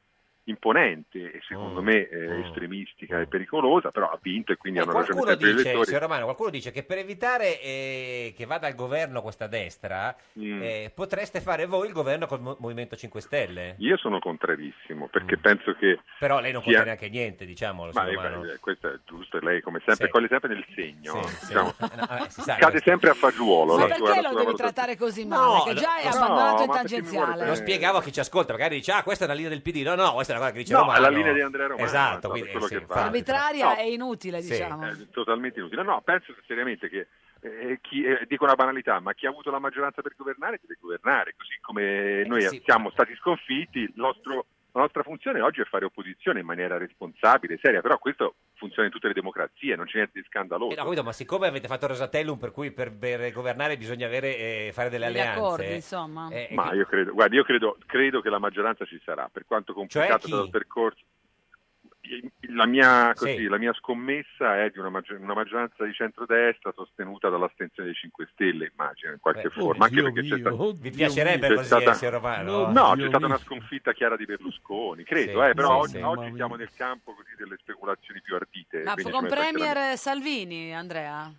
imponente e secondo Mm. me eh, estremistica e pericolosa, però ha vinto e quindi hanno ragione Eh, Qualcuno sempre gli dice, elettori. signor Romano, qualcuno dice che per evitare eh, che vada al governo questa destra, Mm. eh, potreste fare voi il governo col Mo- Movimento 5 Stelle. Io sono contrarissimo perché penso che... Mm. Però lei non sia- conta neanche niente, diciamolo, Ma signor Romano. eh, questo è giusto, e lei come sempre Sì. coglie sempre nel segno, Sì, sì. diciamo. Ah, No, vabbè, si sa cade questo. sempre a fagiolo. Ma perché la sua- la lo sua devi valutazione. trattare così male? che già è abbandonato in tangenziale. Lo spiegavo a chi ci ascolta, magari dice, ah, questa è una linea del PD. No, no, questa è una cosa che dice No, è Romano. la linea di Andrea Romano, Esatto, no, quindi, per quello eh, sì, che infatti. Arbitraria No. è inutile, diciamo. È Eh, totalmente inutile. No, penso seriamente che eh, chi, eh, dico una banalità, ma chi ha avuto la maggioranza per governare deve governare, così come noi Eh, sì. siamo stati sconfitti, il nostro- la nostra funzione oggi è fare opposizione in maniera responsabile, seria, però questo funziona in tutte le democrazie, non c'è niente di scandaloso. Eh, no, capito, ma siccome avete fatto Rosatellum, per cui per, per governare bisogna avere, eh, fare delle Degli alleanze. accordi, insomma. eh, eh, Ma che- io credo, guarda, io credo, credo che la maggioranza ci sarà, per quanto complicato Cioè, chi? sarà il percorso. La mia, così, Sì. la mia scommessa è di una, maggi- una maggioranza di centrodestra sostenuta dall'astensione dei 5 Stelle, immagino, in qualche Beh, forma. oddio Anche perché c'è mio, stata- oddio Vi piacerebbe c'è così, eh, signor Romano? No, Oddio c'è stata mio. una sconfitta chiara di Berlusconi, credo, Sì, eh, però sì, oggi, sì. oggi Mamma siamo nel campo così delle speculazioni più ardite. Ma eh, quindi con ci metto anche la mia- Premier Salvini, Andrea?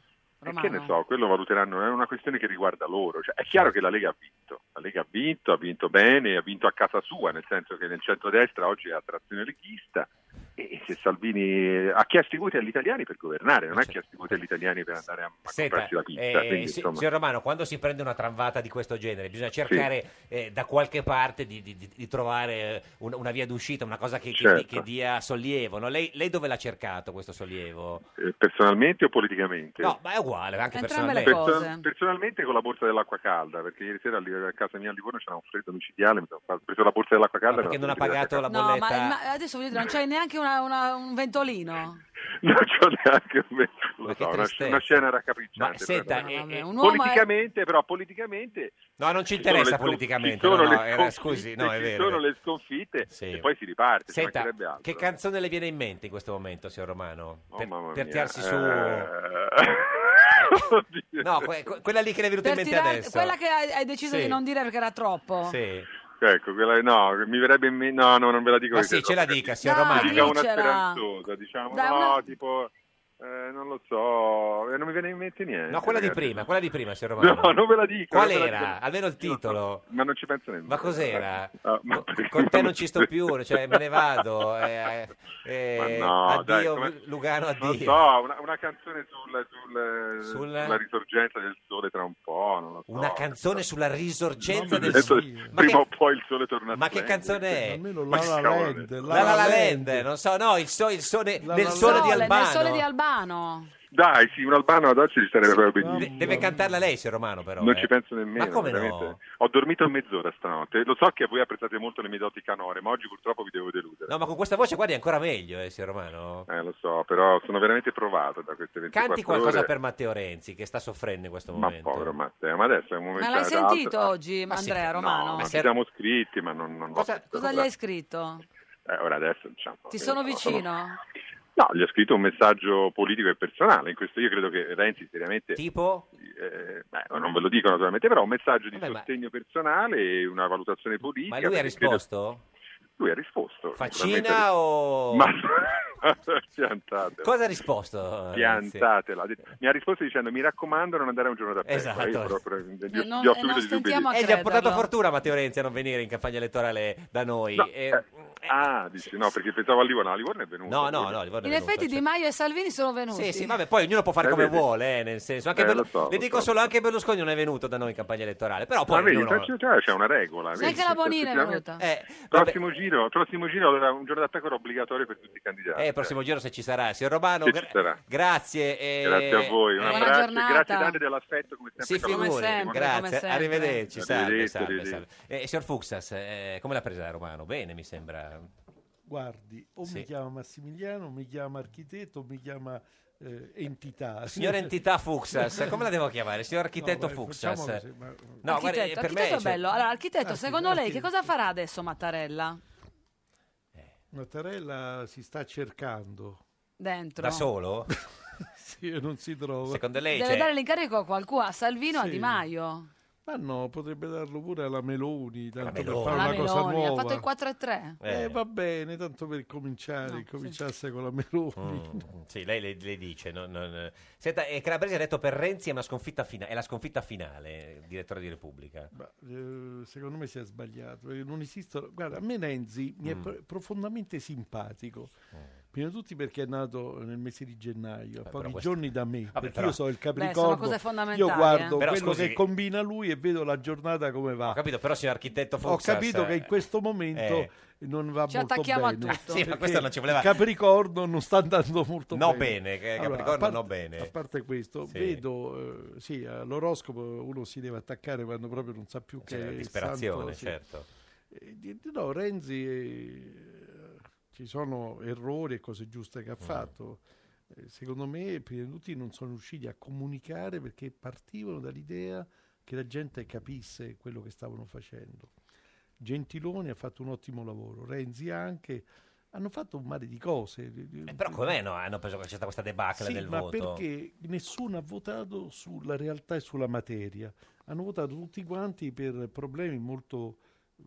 Romano. che ne so, quello valuteranno, è una questione che riguarda loro. Cioè, è chiaro che la Lega ha vinto, la Lega ha vinto, ha vinto bene, ha vinto a casa sua, nel senso che nel centrodestra oggi è attrazione leghista e se Salvini ha chiesto i voti agli italiani per governare, non ha chiesto i voti agli italiani per andare a, a Senta, comprarsi la pizza. eh, quindi, si- insomma, signor Romano, quando si prende una tramvata di questo genere, bisogna cercare eh, da qualche parte di, di- di- di trovare eh, un- una via d'uscita, una cosa che, che- Certo. che dia sollievo. no? Lei, lei dove l'ha cercato questo sollievo? eh, personalmente o politicamente? No, ma è uguale, anche Entrambe le personalmente. cose. Personalmente con la borsa dell'acqua calda, perché ieri sera lì a casa mia a Livorno c'era un freddo micidiale, mi sono fatto- ho preso la borsa dell'acqua calda. perché me la non ha sono tirata a pagato la casa. No, ma, ma adesso voglio dire, non c'hai neanche una- una- un ventolino? Non c'ho neanche un mezzo, lo so, una, tristezza. una scena raccapricciante. Ma senta, però. eh, eh, Un uomo è- politicamente, però, politicamente... No, non ci sono interessa le sconf- politicamente, ci sono no, le no, era- sconfitte, scusi, no, è vero, Ci sono è vero. le sconfitte Sì. e poi si riparte, ci Senta, mancherebbe altro. eh. Oh, che canzone le viene in mente in questo momento, signor Romano? Per, mamma per mia, tirarsi su... eh. no, que- que- quella lì che le è venuta Per in mente tirare- adesso. quella che hai, hai deciso Sì. di non dire perché era troppo? Sì. Ecco, quella, no, mi verrebbe in me- no, no, non ve la dico. cioè, Ma perché sì, ce la dica, signor Dai, Romano. dica una Dicela. speranzosa, diciamo, Dai, no, una- tipo, eh, non lo so, eh, non mi viene in mente niente. No, quella di ragazzi. prima, quella di prima, signor Romano. No, non ve la dico. Qual non ve la era? dico. Almeno il titolo. Ma non ci penso nemmeno. Ma cos'era? Ah, ma perché- Con te non ci sto più, cioè me ne vado. eh, eh, Ma no, dai, addio, come- Lugano, addio. Non so, una, una canzone sul, sul- Sulla- sulla risorgenza del sole tra un po', non lo so. Una canzone sulla risorgenza del Adesso sole. Ma prima che- o poi il sole torna a Ma che splendere. canzone è? Ma che cavolo è? La La La Land, non so, no, il, so- il sole, nel Il sole di sole, Albano. Nel sole di Albano. Dai, sì, un albano ad oggi ci starebbe proprio benissimo. De- deve cantarla lei, signor Romano, però. Non eh. ci penso nemmeno. Ma come no? veramente. Ho dormito mezz'ora stanotte. Lo so che voi apprezzate molto le mie doti canore, ma oggi purtroppo vi devo deludere. No, ma con questa voce, guardi, è ancora meglio, eh, signor Romano. Eh, lo so, però sono veramente provato da queste 24 Canti qualcosa ore. per Matteo Renzi, che sta soffrendo in questo Ma momento. povero Matteo, ma adesso è un momento... Ma l'hai d'altro. Ah, sentito oggi, Ma sì, Andrea Romano? No, ma ci siamo scritti, ma non... non cosa, ho- cosa gli hai scritto? Eh, ora adesso, diciamo... Ti eh, sono no, vicino? No, gli ho scritto un messaggio politico e personale. In questo io credo che Renzi seriamente... Tipo? Eh, beh, non ve lo dico naturalmente, però un messaggio di Vabbè, ma- sostegno personale e una valutazione politica. Ma lui ha perché credo- risposto? Lui ha risposto. naturalmente. Faccina o... Ma piantatela. Cosa ha risposto? eh, Renzi? Piantatela. Ha detto- Mi ha risposto dicendo mi raccomando non andare un giorno da pecora. Esatto. Ecco, Io proprio- gli ho- Eh, Non- gli ho e subito non dei dubbi. stentiamo a Eh, gli ha portato crederlo. fortuna Matteo Renzi a non venire in campagna elettorale da noi. No, Eh, eh, ah, dici no, perché pensavo a Livorno. No, Livorno è venuto. no, no, no, Livorno è In venuto, effetti cioè. Di Maio e Salvini sono venuti. Sì, sì, vabbè, poi ognuno può fare Eh, come vedi. vuole, eh, nel senso. Anche Eh, Berlu- lo so, le lo dico so. solo, anche Berlusconi non è venuto da noi in campagna elettorale. Però poi Ma vedi, ognuno- c'è, c'è- c'è una regola. Sai vedi, che la Bonina è effettivamente. venuta. Eh. Prossimo giro, prossimo giro allora, un giorno da pecora obbligatorio per tutti i candidati. Eh, prossimo giro se ci sarà. Signor Romano, Se gra- ci sarà. grazie. eh, Grazie a voi, un eh, abbraccio, giornata. grazie tante dell'affetto come sempre. Si con la figuri, vostra testimonianza. grazie, arrivederci, salve, Arrivederci, salve, arrivederci. salve. Eh, signor Fuxas, eh, come l'ha presa Romano? Bene, mi sembra. Guardi, o Sì. mi chiama Massimiliano, o mi chiama architetto, o mi chiama eh, entità. Signor Entità Fuxas, come la devo chiamare? Signor Architetto No, guarda, Fuxas? facciamo così, ma- No, guardi, eh, architetto, per me... architetto è cioè, bello. Allora, architetto, Ah, sì, secondo lei che architetto. cosa farà adesso Mattarella? Mattarella si sta cercando. Dentro. Da solo? sì, e non si trova. Secondo lei Deve cioè, dare l'incarico a qualcuno, a Salvino o a Sì. Di Maio. Ma no, potrebbe darlo pure alla Meloni, tanto Meloni. per La fare una cosa Meloni ha nuova. fatto il 4 e 3. Eh, Eh. va bene, tanto per cominciare, cominciasse con la Meloni. Mm, Sì, lei le, le dice. non- non- Senta, eh, Calabresi ha detto per Renzi è, una sconfitta fina- è la sconfitta finale, eh, direttore di Repubblica. Ma, eh, secondo me si è sbagliato perché non esistono. Guarda, a me Nenzi mi è Mm. pro- profondamente simpatico. Prima di tutti perché è nato nel mese di gennaio, a però pochi questo- giorni da me, Vabbè, perché però- io so il Beh, sono Capricorno. cose fondamentali, io guardo eh. Però, quello scusi- che combina lui e vedo la giornata come va. Ho capito, però, signor architetto Ho Fuxas, capito che in questo eh, momento non va Ci molto attacchiamo a bene. tutto. Sì, ma perché questo non ci voleva- il Capricorno non sta andando molto No bene. bene, che Allora, Capricorno a parte- no bene. A parte questo, Sì. vedo, eh, sì, all'oroscopo uno si deve attaccare quando proprio non sa più che c'è è la il disperazione, santo, sì. certo. Eh, di- di- No, Renzi eh, ci sono errori e cose giuste che Mm. ha fatto. Eh, Secondo me, prima di tutti non sono riusciti a comunicare perché partivano dall'idea che la gente capisse quello che stavano facendo. Gentiloni ha fatto un ottimo lavoro, Renzi anche. Hanno fatto un mare di cose. Eh, Però com'è no? hanno preso c'è stata questa debacle Sì, del ma voto? perché nessuno ha votato sulla realtà e sulla materia. Hanno votato tutti quanti per problemi molto eh,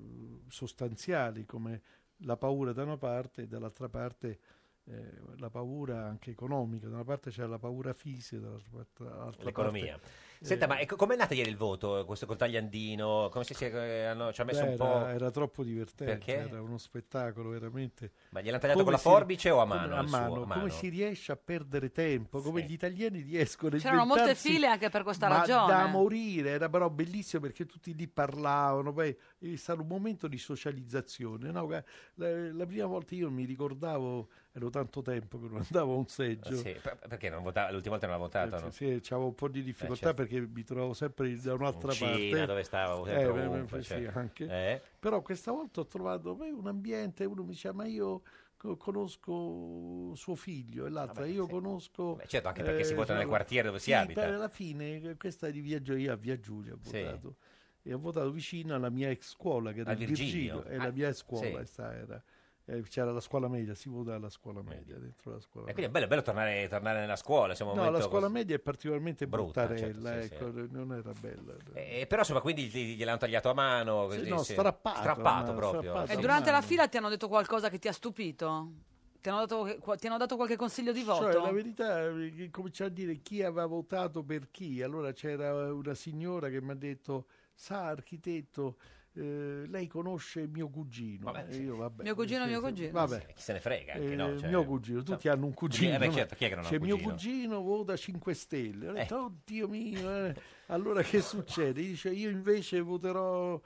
sostanziali come la paura da una parte e dall'altra parte eh, la paura anche economica. Da una parte c'è la paura fisica, dall'altra parte... dall'altra L'economia. parte, Senta, eh, ma ecco, com'è nato ieri il voto? eh, Questo col tagliandino? Come si, si- eh, hanno- ci ha messo beh, un era, po'. Ah, era troppo divertente, Perché? era uno spettacolo veramente. Ma gliel'hanno tagliato Come con la si- forbice o a come- mano a il suo? mano, A mano. come si riesce a perdere tempo, come gli italiani riescono a C'erano molte inventarsi- file anche per questa ma ragione. da morire, era però bellissimo perché tutti lì parlavano, poi è stato un momento di socializzazione. no? Guarda, La, la prima volta io mi ricordavo, ero tanto tempo che non andavo a un seggio. Eh, Sì, per- perché non vota- l'ultima volta non l'ha votato? no? Eh, Sì, c'avevo un po' di difficoltà certo. perché mi trovavo sempre da un'altra In Cina, parte. dove stavo sempre Eh, ovunque, beh, sì, cioè. anche. Eh? Però questa volta ho trovato beh, un ambiente, uno mi diceva ma io co- co- conosco suo figlio e l'altra io conosco... Ah, Beh, certo, anche perché si vota nel Gianlu- quartiere dove si Sì, abita. per alla fine eh, questa è di Via Gioia a Via Giulia ho Sì. votato. E ho votato vicino alla mia ex scuola, che era Al il Virgilio, Virgilio. è Ah, la mia scuola, sì. questa era. Eh, c'era la scuola media, si votava alla scuola media, dentro la scuola E quindi è bello, è bello tornare, tornare nella scuola. insomma, un No, la momento scuola così. media è particolarmente Brutta, bruttarella, certo, sì, ecco, non era bella. Eh, però insomma, quindi gli- gliel'hanno tagliato a mano. Sì, così, no, sì. strappato, Strappato ma- proprio. strappato. E Sì. Eh, durante la Mano. fila ti hanno detto qualcosa che ti ha stupito? Ti hanno dato, qua- ti hanno dato qualche consiglio di voto? Cioè, la verità è che cominciava a dire chi aveva votato per chi. Allora c'era eh, una signora che mi ha detto, sa architetto, eh, lei conosce mio cugino. Vabbè, E sì. io, vabbè, Mio cugino, sì, mio sì, cugino. Vabbè. Chi se ne frega anche, Eh, no? Cioè, mio cugino, tutti hanno un cugino. Eh, beh, no? certo, chi è che non ha un Cioè, mio cugino? cugino vota 5 Stelle. Ho detto, Eh. oddio mio, eh, allora che succede? Dice, io invece voterò eh,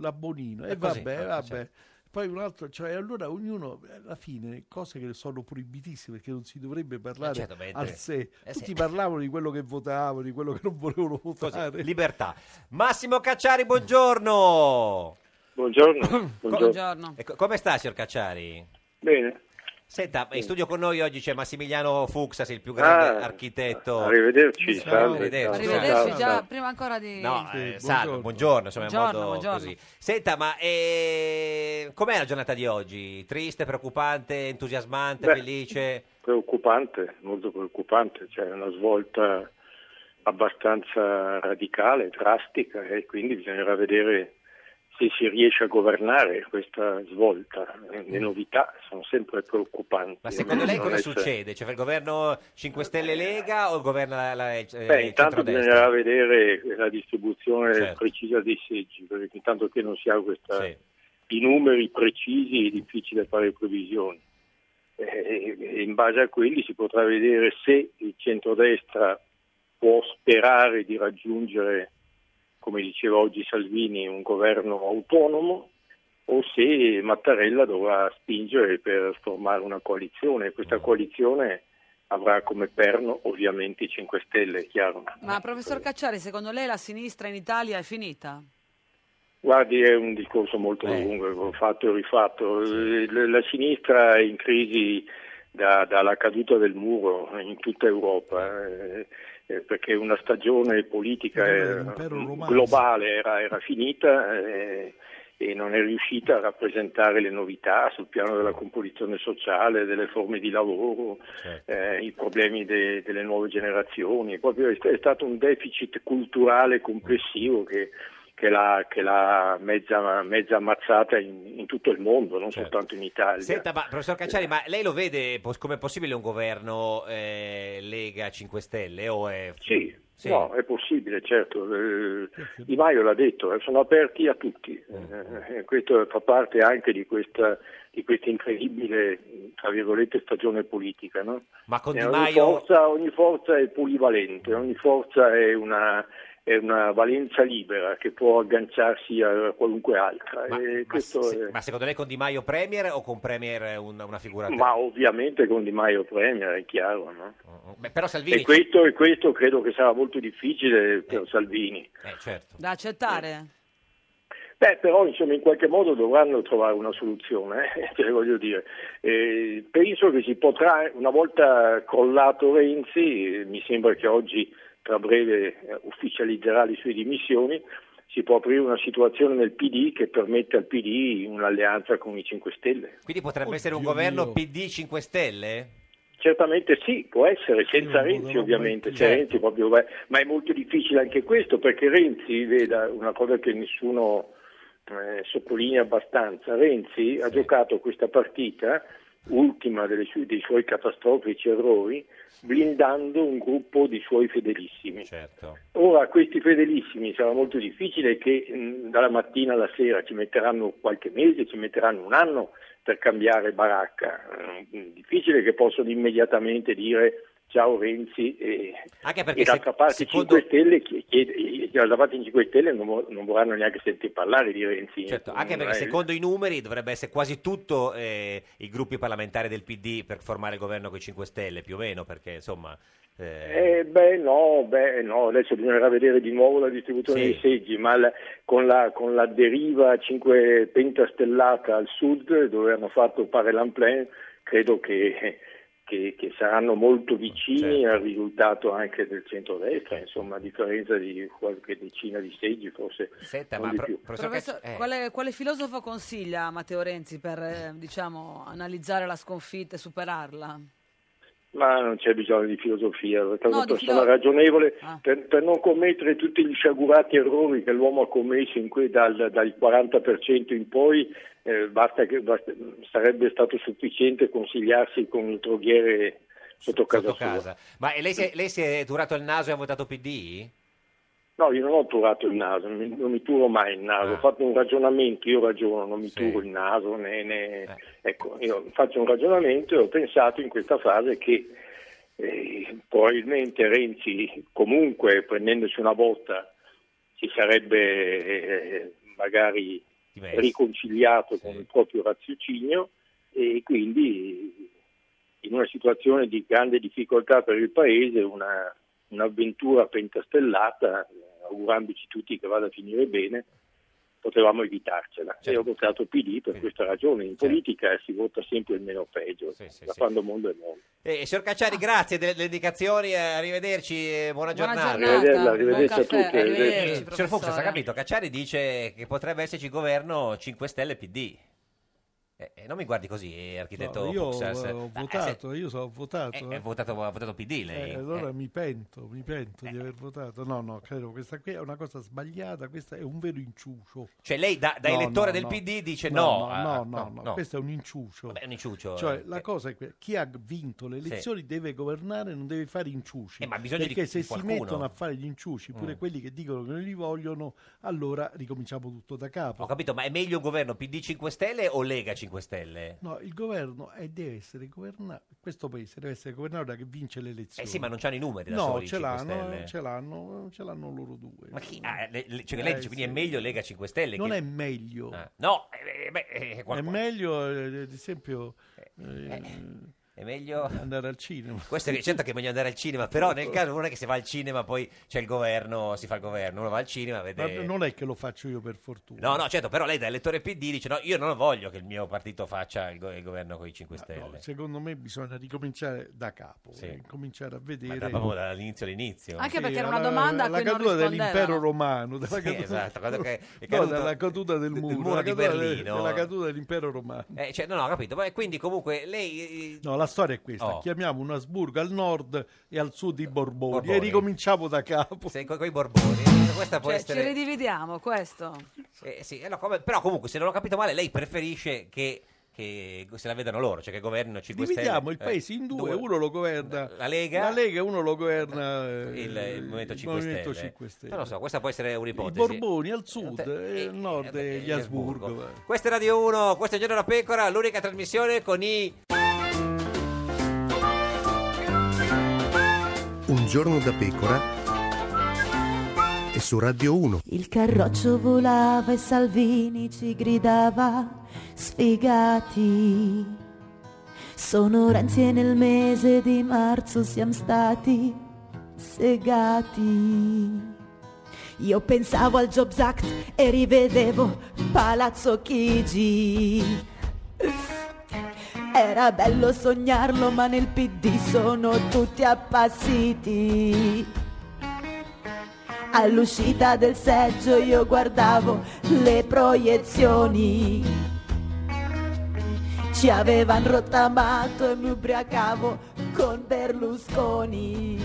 la Bonino. E Eh, così, vabbè, eh, vabbè. certo. Poi un altro, cioè allora ognuno alla fine cose che sono proibitissime perché non si dovrebbe parlare certo, beh, al eh, sé. eh, sì. Tutti parlavano di quello che votavano, di quello che non volevano votare. libertà. Massimo Cacciari, buongiorno. Buongiorno. Buongiorno. Ecco, come sta, signor Cacciari? Bene. Senta, in studio con noi oggi c'è Massimiliano Fuxas, il più grande Ah, architetto. arrivederci, Ciao, salve, arrivederci. Arrivederci Ciao. già prima ancora di... No, eh, Sì, salve, buongiorno, insomma, in Buongiorno, modo buongiorno. così. Senta, ma eh, com'è la giornata di oggi? Triste, preoccupante, entusiasmante, Beh, felice? Preoccupante, molto preoccupante, c'è una svolta abbastanza radicale, drastica e quindi bisognerà vedere se si riesce a governare questa svolta. Le novità sono sempre preoccupanti. Ma secondo lei Non cosa è- succede? Cioè, fa il governo 5 Stelle Lega o governa la, la, eh, il Beh, intanto centrodestra? bisognerà vedere la distribuzione Certo. precisa dei seggi, perché intanto che non si ha questa, i numeri precisi è difficile fare previsioni. E- e in base a quelli si potrà vedere se il centrodestra può sperare di raggiungere, come diceva oggi Salvini, un governo autonomo o se Mattarella dovrà spingere per formare una coalizione. Questa coalizione avrà come perno ovviamente i 5 Stelle, è chiaro. Ma professor Cacciari, secondo lei la sinistra in Italia è finita? Guardi, è un discorso molto lungo, ho fatto e rifatto. Eh, La sinistra è in crisi da- dalla caduta del muro in tutta Europa, eh, eh, perché una stagione politica Cioè, eh, globale era, era finita eh, e non è riuscita a rappresentare le novità sul piano della composizione sociale, delle forme di lavoro, eh, i problemi de- delle nuove generazioni. Proprio è, st- è stato un deficit culturale complessivo che, che l'ha, che l'ha mezza, mezza ammazzata in, in tutto il mondo, non soltanto in Italia. Senta, ma professor Cacciari, ma lei lo vede pos- come possibile un governo eh, Lega 5 Stelle? O è... Sì, No, è possibile, certo. Eh, Di Maio l'ha detto, eh, sono aperti a tutti. Eh, eh, questo fa parte anche di questa, di questa incredibile, tra virgolette, stagione politica. no? Ma con Eh, Di ogni, Maio... forza, ogni forza è polivalente, ogni forza è una, è una valenza libera che può agganciarsi a qualunque altra. e questo se- è- Ma secondo lei con Di Maio Premier o con Premier un- una figura... ma ovviamente con Di Maio Premier, è chiaro. no? Oh, Beh, però Salvini... E, questo, e questo credo che sarà molto difficile per Salvini. Eh, certo. Eh, Da accettare? Beh, però insomma in qualche modo dovranno trovare una soluzione, eh, cioè, voglio dire. Eh, penso che si potrà, una volta crollato Renzi, eh, mi sembra che oggi tra breve eh, ufficializzerà le sue dimissioni, si può aprire una situazione nel PD che permette al PD un'alleanza con i 5 Stelle. Quindi potrebbe essere un governo PD 5 Stelle? Certamente sì, può essere, senza Renzi ovviamente, se Renzi proprio va- ma è molto difficile anche questo perché Renzi, veda una cosa che nessuno eh, sottolinea abbastanza, Renzi ha giocato questa partita, ultima delle sue- dei suoi catastrofici errori, blindando un gruppo di suoi fedelissimi. Certo. Ora questi fedelissimi sarà molto difficile che mh, dalla mattina alla sera ci metteranno qualche mese, ci metteranno un anno per cambiare baracca. Mh, Difficile che possano immediatamente dire ciao Renzi e, Anche perché e d'altra se- parte i secondo- 5 Stelle, chi- chiede- e- d'altra parte i 5 Stelle non, vo- non vorranno neanche sentire parlare di Renzi. Certo, anche Non perché è- secondo i numeri dovrebbe essere quasi tutto eh, i gruppi parlamentari del PD per formare il governo con i 5 Stelle, più o meno, perché insomma... eh, Eh, beh no, beh no, adesso bisognerà vedere di nuovo la distribuzione Sì. dei seggi, ma la- con, la, con la deriva 5 pentastellata al sud dove hanno fatto pare l'amplin credo che, che- che saranno molto vicini Certo. al risultato anche del centrodestra, insomma a differenza di qualche decina di seggi forse Senta, non ma di pro- più. professor Professor, Cacci- eh, quale, quale filosofo consiglia a Matteo Renzi per eh, diciamo, analizzare la sconfitta e superarla? Ma non c'è bisogno di filosofia, è stata No, una di persona filo- ragionevole Ah. per, per non commettere tutti gli sciagurati errori che l'uomo ha commesso in cui dal, dal 40% in poi eh, basta che- basta- sarebbe stato sufficiente consigliarsi con il troghiere sotto casa sua. casa. Ma eh, lei si, è, lei si è turato il naso e ha votato PD? No, io non ho turato il naso, mi- non mi turo mai il naso, ho fatto un ragionamento, io ragiono, non mi turo il naso, né, né- ecco, io faccio un ragionamento e ho pensato in questa fase che eh, probabilmente Renzi comunque prendendosi una botta si sarebbe eh, magari Dimesso. riconciliato con il proprio raziocinio e quindi in una situazione di grande difficoltà per il Paese una- un'avventura pentastellata augurandoci tutti che vada a finire bene, potevamo evitarcela. Certo. E ho votato PD per questa ragione. In politica si vota sempre il meno peggio, da quando mondo è mondo. Eh, signor Cacciari, grazie delle, delle indicazioni, eh, arrivederci, eh, buona Ah. Buona giornata. giornata. Arrivederla, arrivederci Buon a caffè, tutti, arrivederci. arrivederci, Eh, Signor Fuchs, ha professore. capito, Cacciari dice che potrebbe esserci governo 5 Stelle PD. Eh, eh, non mi guardi così, eh, architetto No, io Fuchs. eh, se- ho Ah, eh, votato, io so, ho votato. se- eh, eh. ha votato, ha votato PD lei. Eh, allora mi pento, mi pento di aver votato. No, no, credo questa qui è una cosa sbagliata, questo è un vero inciucio. Cioè, lei da- da elettore del PD dice no, No, ah, no, ah, no, no, no, no. questo è un inciucio. Vabbè, è un inciucio, Cioè, eh, la cosa è que- chi ha vinto le Sì. elezioni deve governare, non deve fare inciuci. Eh, ma bisogna di- perché se di si qualcuno. mettono a fare gli inciuci, pure Mm. quelli che dicono che non li vogliono, allora ricominciamo tutto da capo. Ho capito, ma è meglio un governo PD 5 Stelle o Lega 5 Stelle? No, il governo è- deve essere governato, questo paese deve essere governato da che vince le Eh elezioni. sì, ma non c'hanno i numeri da no, soli i ce 5 l'hanno, Stelle. ce l'hanno, ce l'hanno loro due. Ma chi ah, le- le- cioè, lei Eh, dice quindi è sì. meglio Lega 5 Stelle? Non che- è meglio. Ah, No, eh, beh, eh, qual- È meglio, eh, ad esempio, eh, eh, è meglio andare al cinema. Questo è certo che è meglio andare al cinema, però nel caso non è che se va al cinema poi c'è il governo, si fa il governo, uno va al cinema, Ma vede... non è che lo faccio io per fortuna. No, no, certo, però lei da elettore PD dice no, io non voglio che il mio partito faccia il, go- il governo con i 5 Stelle. No, secondo me bisogna ricominciare da capo, Sì. eh, cominciare a Ma vedere. da- proprio dall'inizio all'inizio. Anche perché era alla- una domanda a alla cui non caduta dell'impero rispondevano. romano, dalla Sì, caduta, esatto, quando che- è no, caduto dalla caduta del del muro, muro dalla di caduta del- Berlino. dalla caduta dell'impero romano. Eh, cioè, no, no, ho capito. Beh, quindi comunque lei... eh, No, la storia è questa: Oh. chiamiamo un Asburgo al nord e al sud i Borboni, Borboni. e ricominciamo da capo. Sei con i Borboni. eh, Questa può Cioè, essere... Ci ridividiamo, questo. Eh, sì, eh, no, come- però comunque se non ho capito male lei preferisce che, che se la vedano loro, cioè che governino 5 Dividiamo Stelle. il eh, paese in due, uno lo governa La Lega? la Lega e uno lo governa eh, il, il Movimento 5 Movimento Stelle. 5 Stelle. Non lo so, questa può essere I un'ipotesi. Borboni al sud eh, e al nord e gli Asburgo. eh. Questa è Radio 1, questo è Il Giorno della Pecora, l'unica trasmissione con i... Un giorno da pecora e su Radio 1. Il carroccio volava e Salvini ci gridava sfigati. Sono Renzi e nel mese di marzo siamo stati segati. Io pensavo al Jobs Act e rivedevo Palazzo Chigi. Era bello sognarlo ma nel PD sono tutti appassiti. All'uscita del seggio io guardavo le proiezioni. Ci avevano rottamato e mi ubriacavo con Berlusconi.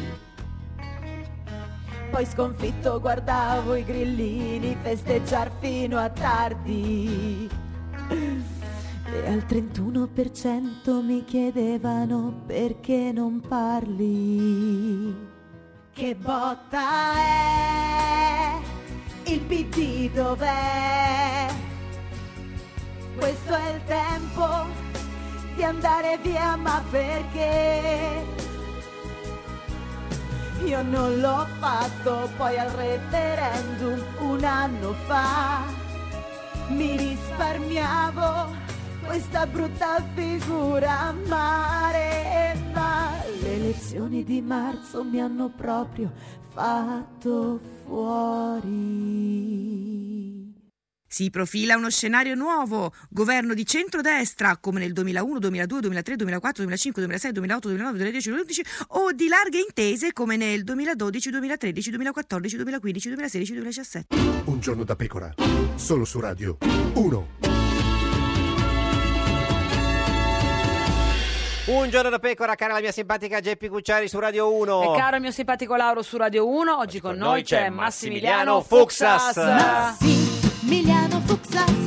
Poi sconfitto guardavo i grillini festeggiar fino a tardi. E al 31% mi chiedevano perché non parli. Che botta è? Il PD dov'è? Questo è il tempo di andare via, ma perché? Io non l'ho fatto poi al referendum un anno fa. Mi risparmiavo questa brutta figura mare, ma le elezioni di marzo mi hanno proprio fatto fuori. Si profila uno scenario nuovo, governo di centrodestra come nel 2001, 2002, 2003, 2004, 2005, 2006, 2008, 2009, 2010, 2011 o di larghe intese come nel 2012, 2013, 2014, 2015, 2016, 2017. Un giorno da pecora. Solo su Radio 1. Un giorno da pecora, cara la mia simpatica Geppi Cucciari su Radio 1. E caro il mio simpatico Lauro su Radio 1, oggi con noi c'è Massimiliano Fuxas. Fuxas. Massimiliano Fuxas.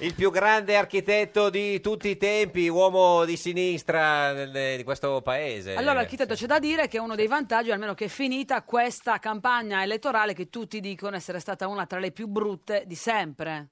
Il più grande architetto di tutti i tempi, uomo di sinistra del- di questo paese. Allora, architetto, c'è da dire che uno dei vantaggi, almeno che è finita questa campagna elettorale che tutti dicono essere stata una tra le più brutte di sempre.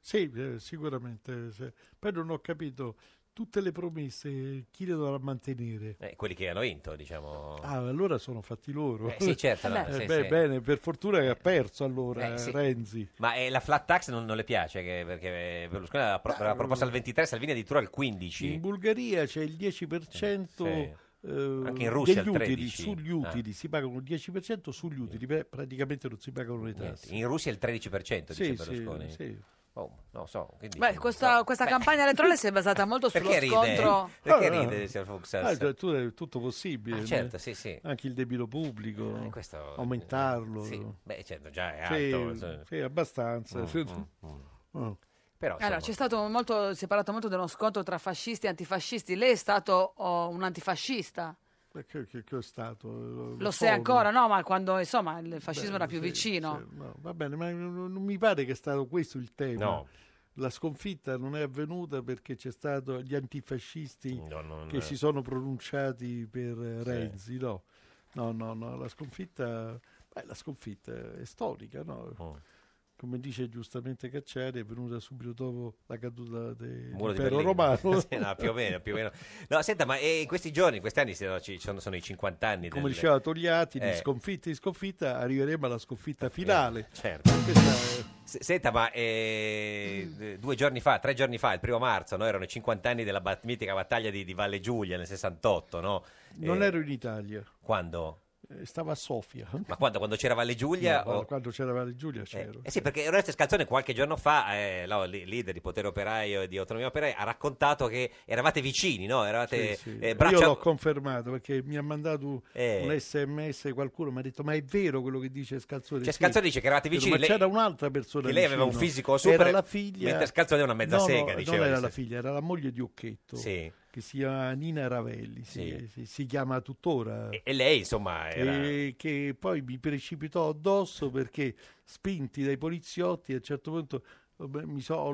Sì, eh, sicuramente. se- Poi non ho capito tutte le promesse, chi le dovrà mantenere? Eh, quelli che hanno vinto, diciamo. Ah, allora sono fatti loro. Eh, sì, certo, no, Eh, sì, beh, sì. Bene, per fortuna che ha perso allora Eh, sì. Renzi. Ma eh, la flat tax non, non le piace che- perché Berlusconi aveva pro- aveva proposto al 23, Salvini addirittura al 15. mm. In Bulgaria c'è il 10%. Eh, eh, Anche in Russia degli il utili, 13. sugli Ah. utili si pagano il 10% sugli utili, beh, praticamente non si pagano le tasse. In Russia il 13%, Sì, dice sì, Berlusconi. sì. Oh, non lo so. che dici? Beh, questa, questa campagna elettorale si è basata molto sullo Diciamo, Perché ride? scontro. Perché Ah, ride, signor Fuxas? ah, cioè, tu- è tutto possibile. eh. Ah, certo, sì, sì. Anche il debito pubblico, Eh, questo- aumentarlo. Sì, beh, certo, già è Sì, alto. cioè. sì, abbastanza. Mm, Sì. mm, mm. Mm. Però, Allora, c'è insomma, stato molto, si è parlato molto dello scontro tra fascisti e antifascisti. Lei è stato oh, un antifascista. Eh, Che, che- che è stato? eh, Lo, Lo sei so, ancora, no? Ma quando insomma il fascismo Beh, era più sì, vicino. sì, no, va bene, ma non, non mi pare che è stato questo il tema. No. La sconfitta non è avvenuta perché c'è stato gli antifascisti non che è. si sono pronunciati per eh, Renzi, no. No, no, no, la sconfitta, beh, la sconfitta è storica, no? Oh. Come dice giustamente Cacciari, è venuta subito dopo la caduta de- il muro di Berlino. dell'impero romano. Sì, no, più o meno, più o meno. No, senta, ma eh, in questi giorni, in questi anni si- no, ci sono, sono i 50 anni. Come del- diceva Togliatti, di Eh. sconfitta in sconfitta arriveremo alla sconfitta finale. Certo. S- Senta, ma eh, d- due giorni fa, tre giorni fa, il primo marzo, no, erano i 50 anni della bat- mitica battaglia di, di Valle Giulia nel 68, no? Non Eh, ero in Italia, Quando? eh, stavo a Sofia. Ma quando, quando c'era Valle Giulia? No, o- Quando c'era Valle Giulia c'ero. Eh sì, perché Oreste Scalzone qualche giorno fa, eh, no, li- leader di Potere Operaio e di Autonomia Operaia, ha raccontato che eravate vicini, no? Eravate Sì, sì. eh, braccia... Io l'ho confermato perché mi ha mandato Eh. un sms qualcuno mi ha detto ma è vero quello che dice Scalzone Cioè, Sì. Scalzone dice che eravate Dico, vicini, ma lei- c'era un'altra persona che lei aveva vicino. un fisico super, era la figlia mentre Scalzone era una mezza No, no, sega, diceva non era di la sé. figlia era la moglie di Occhetto Sì. che si chiama Nina Ravelli si, si- si chiama tuttora E lei, insomma, era... e che poi mi precipitò addosso perché spinti dai poliziotti a un certo punto eh, beh, mi, so-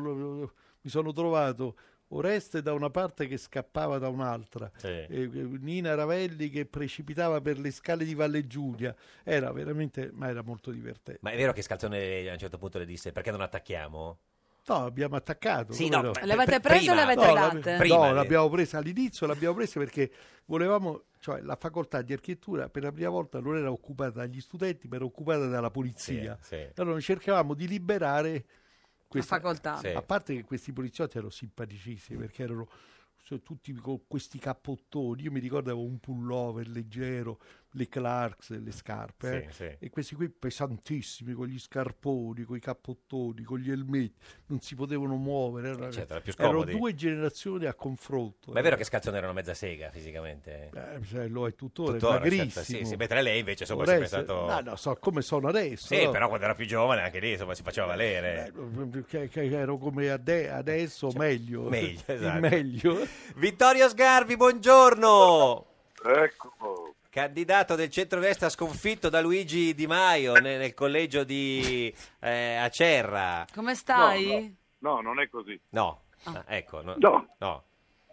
mi sono trovato Oreste da una parte che scappava da un'altra, Sì. e, eh, Nina Ravelli che precipitava per le scale di Valle Giulia, era veramente, ma era molto divertente. Ma è vero che Scalzone a un certo punto le disse perché non attacchiamo? No, abbiamo attaccato. Sì, come no, per- L'avete per- preso o prima. l'avete No, date? l'abbi- Prima, no, eh. l'abbiamo presa all'inizio, l'abbiamo presa perché volevamo, cioè la facoltà di architettura per la prima volta non era occupata dagli studenti, ma era occupata dalla polizia. Sì, sì. Allora noi cercavamo di liberare questa facoltà. Sì. A parte che questi poliziotti erano simpaticissimi perché erano so, tutti con questi cappottoni. Io mi ricordo avevo un pullover leggero, le Clarks, le scarpe. Sì, eh. sì. E questi qui pesantissimi, con gli scarponi, con i cappottoni, con gli elmetti, non si potevano muovere. Era- Eh, certo, era più erano scomodi. due generazioni a confronto. Ma è vero che Scalzone era una mezza sega fisicamente? Eh, cioè, lo è tuttora, Tuttora, è magrissimo. certo, sì, sì, mentre lei invece, insomma, è Oreste- sempre stato- No, no, so come sono adesso. Sì, no? però quando era più giovane anche lì insomma si faceva Eh, valere. Che, che ero come ade- adesso, Cioè, meglio. meglio, Il esatto. meglio. Vittorio Sgarbi, buongiorno! Ecco, Candidato del centrodestra sconfitto da Luigi Di Maio ne- nel, collegio di eh, Acerra. Come stai? no, non è così. No, Ah, ecco. No, No. no.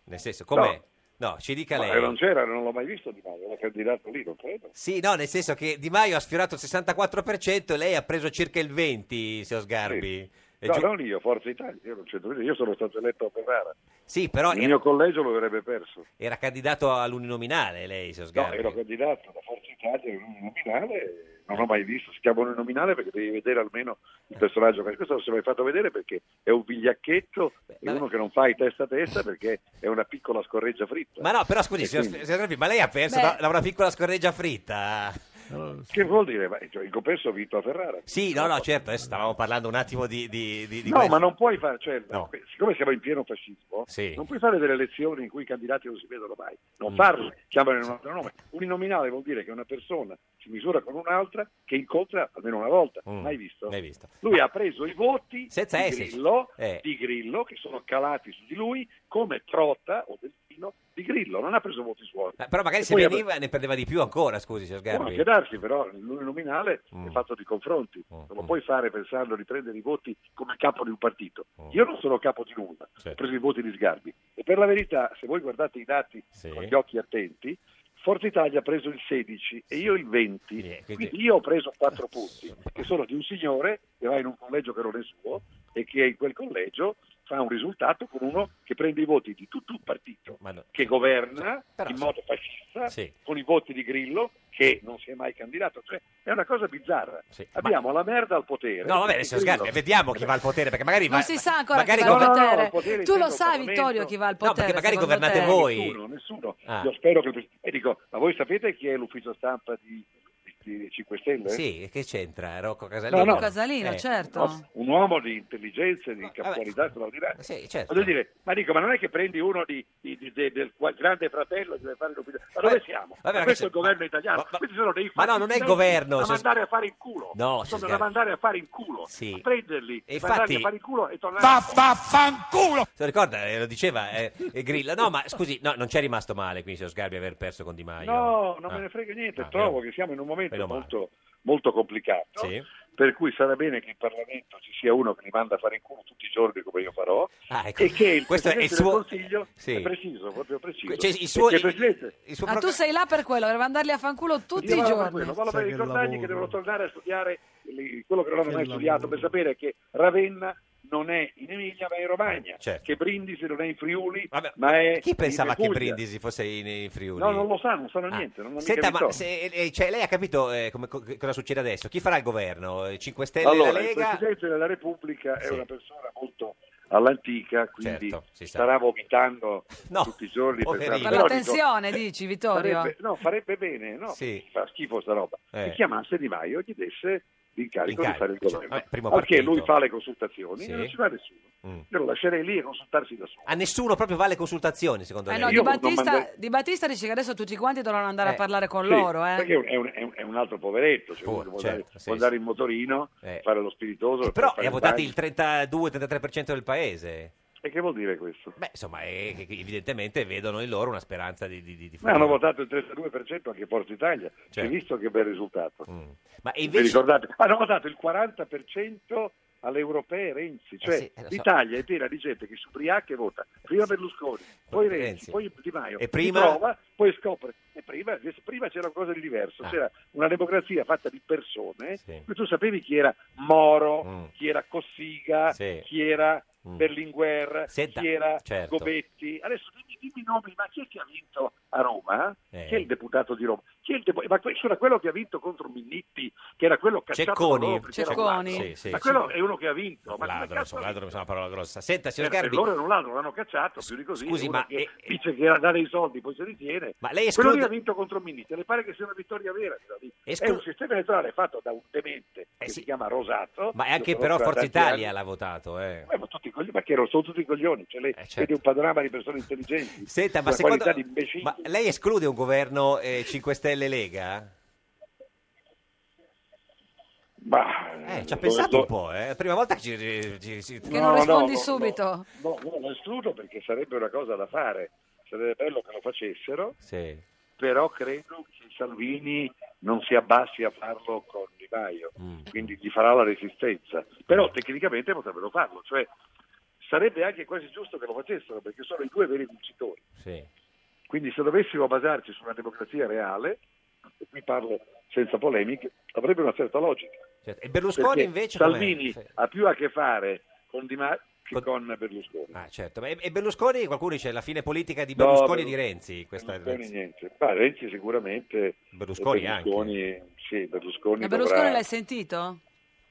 Nel senso, com'è? No, ci dica Ma lei. non c'era, non l'ho mai visto Di Maio, era candidato lì, non credo. Sì, no, nel senso che Di Maio ha sfiorato il 64% e lei ha preso circa il 20%, signor Sgarbi. E No, giu- non io, Forza Italia, io non c'entro niente, io sono stato eletto a Ferrara. Sì, però Il era, mio collegio lo avrebbe perso. era candidato all'uninominale lei, signor No, Sgarbi. ero candidato da Forza Italia in un nominale, non l'ho mai visto, si chiama un nominale perché devi vedere almeno Eh. il personaggio, perché questo non si è mai fatto vedere perché è un vigliacchetto, è uno che non fa i testa a testa perché è una piccola scorreggia fritta. Ma no, però scusi, E signor quindi- signor Sgarbi, ma lei ha perso Beh. da, da una piccola scorreggia fritta? Che vuol dire? Ma, cioè, il compenso ho vinto a Ferrara. Sì, no, no, certo, adesso stavamo parlando un attimo di... di, di, di No, questo. ma non puoi fare, cioè, No. siccome siamo in pieno fascismo, Sì. non puoi fare delle elezioni in cui i candidati non si vedono mai. Non Mm. farle, chiamano in un altro nome. Uninominale vuol dire che una persona si misura con un'altra che incontra almeno una volta. Mm. Mai visto? L'hai visto. Lui ha preso i voti Senza di, esserci. Grillo, Eh. di Grillo, che sono calati su di lui come trotta o destino di Grillo. Non ha preso voti suoi. Ma- Però magari E se poi ha- veniva ne perdeva di più ancora, scusi, signor Può Sgarbi. anche darsi, però l'uninominale Mm. è fatto di confronti. Non lo mm. puoi fare pensando di prendere i voti come capo di un partito. Mm. Io non sono capo di nulla, ho Certo. preso i voti di Sgarbi. E per la verità, se voi guardate i dati con gli occhi attenti, Forza Italia ha preso il 16 e io il 20. eh, quindi- Quindi io ho preso 4 punti, che sono di un signore che va in un collegio che non è suo e che in quel collegio fa un risultato con uno che prende i voti di tutto un partito, che governa in modo fascista, Sì. con i voti di Grillo, che non si è mai candidato. Cioè, è una cosa bizzarra. Abbiamo la merda al potere. No, vabbè, signor Grillo- Sgarbi, vediamo chi va al potere, perché magari... Non va- si sa ancora magari chi va al gover- potere. No, no, al potere tu lo intendo sai, il Parlamento. Vittorio, chi va al No, perché potere. magari secondo governate te? voi. Nessuno, nessuno. Ah. Io spero che... E dico, ma voi sapete chi è l'ufficio stampa di, di 5 Stelle? Sì, che c'entra? Rocco Casalino? No, no. Casalino, Eh. Ah, certo. No, un uomo di intelligenza e di capualità straordinaria. certo. Voglio dire, ma dico, ma non è che prendi uno di- di- di- de- del qua- grande fratello e deve fare l'opinione. Ma dove siamo? vabbè, ma ma che questo è il c'è- governo italiano. Questi sono dei ma no, non è il fascisti governo, Da se- mandare a fare in culo. No, se sono da scherzi. mandare a fare in culo. Sì. A prenderli, E mandarli infatti- a fare in culo e tornare. Se lo ricorda, eh, lo diceva eh, eh, Grillo. No, ma scusi, no, non c'è rimasto male, quindi, signor Sgarbi, aver perso con Di Maio. No, non Ah. me ne frega niente. Ah, Trovo meno- che siamo in un momento meno male. molto, molto complicato. Sì. Per cui sarà bene che in Parlamento ci sia uno che li manda a fare in culo tutti i giorni come io farò Ah, ecco. e che il Questo è il Presidente suo- del Consiglio Sì. è preciso, proprio preciso. Cioè, il suo- Perché il Presidente Ah, tu sei là per quello, per mandarli a fanculo tutti io i vado per giorni. quello, vado per Sai che ricordargli lavoro. che devono tornare a studiare il- quello che non hanno Che mai lavoro. studiato per sapere che Ravenna non è in Emilia ma è in Romagna, certo. che Brindisi non è in Friuli Vabbè, ma è Chi pensava in che Puglia. Brindisi fosse in, in Friuli? No, non lo sa, non sanno Ah. niente. Non hanno Senta, mica ma visto. se- eh, cioè, lei ha capito eh, come- co- cosa succede adesso? Chi farà il governo? Eh, 5 Stelle, allora, la Lega? il Presidente della Repubblica è Sì. una persona molto all'antica, quindi Certo, si sa. starà vomitando No, tutti i giorni. poverino. pensando, Per però la dico, tensione, dici, Vittorio? farebbe, no, farebbe bene, no? Eh, Sì. Fa schifo sta roba. Eh. Che chiamasse Di Maio e gli desse l'incarico di L'incarico, fare il cioè, governo. vabbè, primo Perché partito. lui fa le consultazioni Sì. e non ci va nessuno. Mm. Io lo lascerei lì a consultarsi da solo. A nessuno proprio vale consultazioni, secondo Eh lei? no, di, Io non Battista, manderei- di Battista dice che adesso tutti quanti dovranno andare Eh, a parlare con Sì, loro. Eh. Perché è un, è un- è un- è un altro poveretto, cioè uno che può, certo, andare, sì, può andare in motorino, fare lo spiritoso. Eh, Però fare li ha il votati bagno. il 32-33% del paese. E che vuol dire questo? Beh, insomma, eh, che- che evidentemente vedono in loro una speranza di, di, di- di Ma hanno futuro. votato il 32% anche Forza Italia, si è Certo. Mm. visto che bel risultato. Ma Vi invece- ricordate? Hanno votato il 40% alle europee Renzi, cioè sì, eh, lo so. Eh l'Italia è piena di gente che su ubriaca e vota prima Berlusconi, poi Renzi, Renzi. poi Di Maio, E e prima? prova, poi scopre. E prima, invece, prima c'era qualcosa di diverso, Ah. c'era una democrazia fatta di persone, Sì. cui tu sapevi chi era Moro, Mm. chi era Cossiga, Sì. chi era Mm. Berlinguer, Senta, chi era certo. Gobetti. Adesso dimmi, dimmi i nomi, ma chi è che ha vinto a Roma? Eh. Chi è il deputato di Roma? Chi è il depu- ma questo era quello che ha vinto contro Minnitti, che era quello cacciato Cecconi. da loro perché era un Cecconi. ladro. Sì, sì. ma quello è uno che ha vinto. Ma come Ladro, cazzo insomma, ha ladro mi sembra una parola grossa. Senta, vinto? signor Per- per Garbi, loro era un ladro, l'hanno cacciato, più di così. scusi, uno ma- che dice che cioè, era dare i soldi, poi si ritiene. Ma lei Quello esclude- lì ha vinto contro Minnitti, le pare che sia una vittoria vera. quella lì. Esclu- Eh, È un sistema elettorale fatto da un demente che si chiama Rosato. ma è io anche conosco però da Forza tanti Italia anni. l'ha votato. Eh. Eh, ma tutti i coglioni, ma che ero- sono tutti i coglioni, cioè lei vede un panorama di persone intelligenti, certo. Senta, ma una secondo- qualità di imbecilli. Ma lei esclude un governo eh, 5 Stelle Lega? Ma- Eh, ci ha dove- pensato un dove- po', eh. È la prima volta che ci... ci- ci- Che non rispondi subito. No, no, lo escludo perché sarebbe una cosa da fare, sarebbe bello che lo facessero, Sì. però credo che Salvini non si abbassi a farlo con Di Maio, quindi gli farà la resistenza, però tecnicamente potrebbero farlo, cioè sarebbe anche quasi giusto che lo facessero perché sono i due veri vincitori. Sì. Quindi se dovessimo basarci su una democrazia reale, e qui parlo senza polemiche, avrebbe una certa logica. Certo. E Berlusconi Perché invece... com'è? Salvini Sì. ha più a che fare con Di Maio che con Berlusconi. Ah, certo. Ma- E e Berlusconi, qualcuno dice, la fine politica di No, Berlusconi e Berlu- di Renzi. Questa è- Berlusconi niente. Ma Renzi sicuramente. Berlusconi e Berlusconi, Sì, Berlusconi. Ma Berlusconi dovrà- l'hai sentito?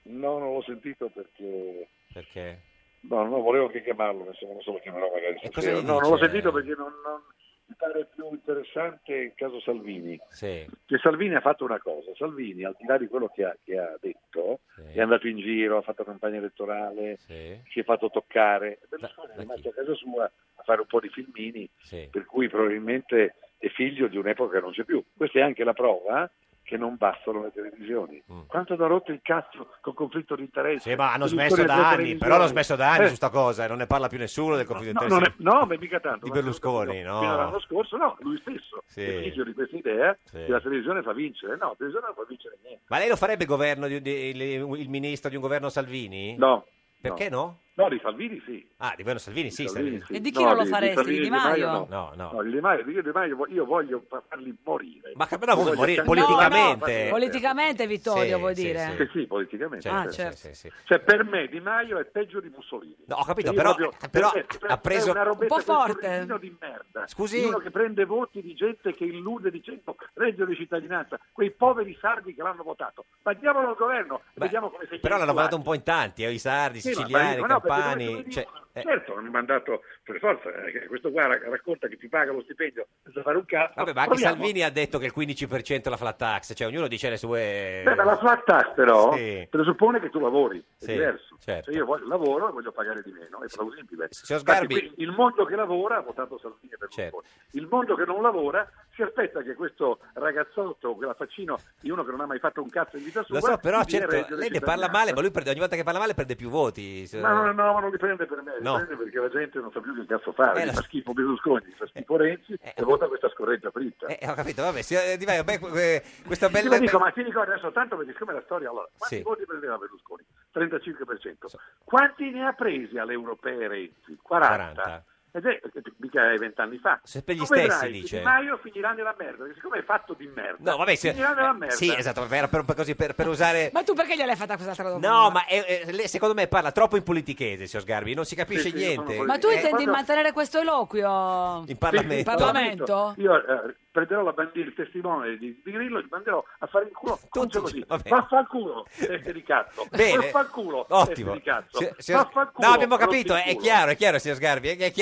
No, non l'ho sentito perché. Perché? No, non volevo che chiamarlo, ma insomma, non so lo chiamerò magari. E stasera. cosa gli No, non l'ho dice? sentito perché non, non- mi pare più interessante il caso Salvini. Sì. Che Salvini ha fatto una cosa, Salvini al di là di quello che ha, che ha detto, è andato in giro, ha fatto campagna elettorale, si è fatto toccare, Berlusconi è rimasto a casa sua a fare un po' di filmini, per cui probabilmente è figlio di un'epoca che non c'è più. Questa è anche la prova che non bastano le televisioni. Quanto hanno rotto il cazzo con conflitto di interesse? Mm. Sì, ma hanno con smesso il da anni, televisione. però hanno smesso da anni Eh, su sta cosa e non ne parla più nessuno del conflitto No, di non è- interesse no, ma mica tanto. di ma- Berlusconi, Fino all'anno no. scorso, no, lui stesso Sì. è figlio di questa idea Sì. che la televisione fa vincere. No, la televisione non fa vincere niente. Ma lei lo farebbe il, governo di- di- il, il ministro di un governo Salvini? No. Perché no? No, di Salvini sì. Ah, di governo Salvini sì. Salvini, Salvini. sì. No, Salvini, No, no. no. No, di Di Maio, io Di Maio vo- io voglio fa- farli morire. Ma che- però Io vuol voglio morire accantonare- politicamente. No, no, Politicamente, Vittorio, Sì, vuoi sì, dire? Sì, sì, politicamente. Ah, certo. certo. Sì, sì. Cioè, per me Di Maio è peggio di Mussolini. No, ho capito, Io però- eh, proprio- però per me- per- ha preso- è una robetta Un po' del forte. torrentino di merda. Scusi? Di Uno che prende voti di gente che illude dicendo reddito di cittadinanza, quei poveri sardi che l'hanno votato. Ma diamolo al governo e vediamo come si Però l'hanno chiama. mandato un po' in tanti, eh, i sardi, i Sì, ma- siciliani, i ma no, perché campani. noi- noi cioè, eh, Certo, hanno mandato per forza. eh, Questo qua ra- racconta che ti paga lo stipendio senza fare un cazzo. Vabbè, ma anche Proviamo. Salvini ha detto che il 15% è la flat tax, cioè ognuno dice le sue... Beh, ma la flat tax però Sì. presuppone che tu lavori, è Sì, diverso. certo. Se io voglio, lavoro e voglio pagare di meno, è plausibile. Signor Infatti, Sgarbi- qui il mondo che lavora ha votato Salvini per Certo. Il mondo che non lavora si aspetta che questo ragazzotto, quella faccino di uno che non ha mai fatto un cazzo in vita sua, Lo so, però gli dia certo, reddito di lei ne parla cittadinanza. male, ma lui prende- ogni volta che parla male perde più voti. Ma no, no, no, ma non li prende per me, li No. prende perché la gente non sa più che cazzo fare, Eh, gli lo- fa schifo Berlusconi, gli fa schifo Renzi e vota questa scorreggia fritta. Eh, ho capito, vabbè, si- eh, Di Maio, beh, eh, questa Sì, bella... ma dico, ma ti ricordo adesso tanto perché siccome la storia allora quanti Sì. voti prendeva Berlusconi? 35%. Quanti ne ha presi alle europee Renzi? 40. 40. Ed è perché mica è vent'anni fa. Se per gli Tu stessi, vedrai che dice. Di Maio finirà nella merda, perché siccome è fatto di merda. No, vabbè, se- finirà nella eh, merda. sì, esatto, era per, per così, per, per usare... Ma tu perché gliel'hai fatta quest'altra domanda? No, ma è- è- lei, secondo me parla troppo in politichese, signor Sgarbi, non si capisce Sì, sì, io sono niente. Ma tu Eh, intendi mantenere questo eloquio? In Parlamento. In Parlamento? Io eh, prenderò la bandiera, il testimone di, di Grillo e gli manderò a fare il culo. Tutto così. vabbè. Vaffanculo, testa di cazzo. Bene. Vaffanculo, testa Ottimo. di cazzo. Signor- signor- Vaffanculo, no, abbiamo rotti capito, il è culo. chiaro, è chiaro, signor Sgarbi, è, è Questa è la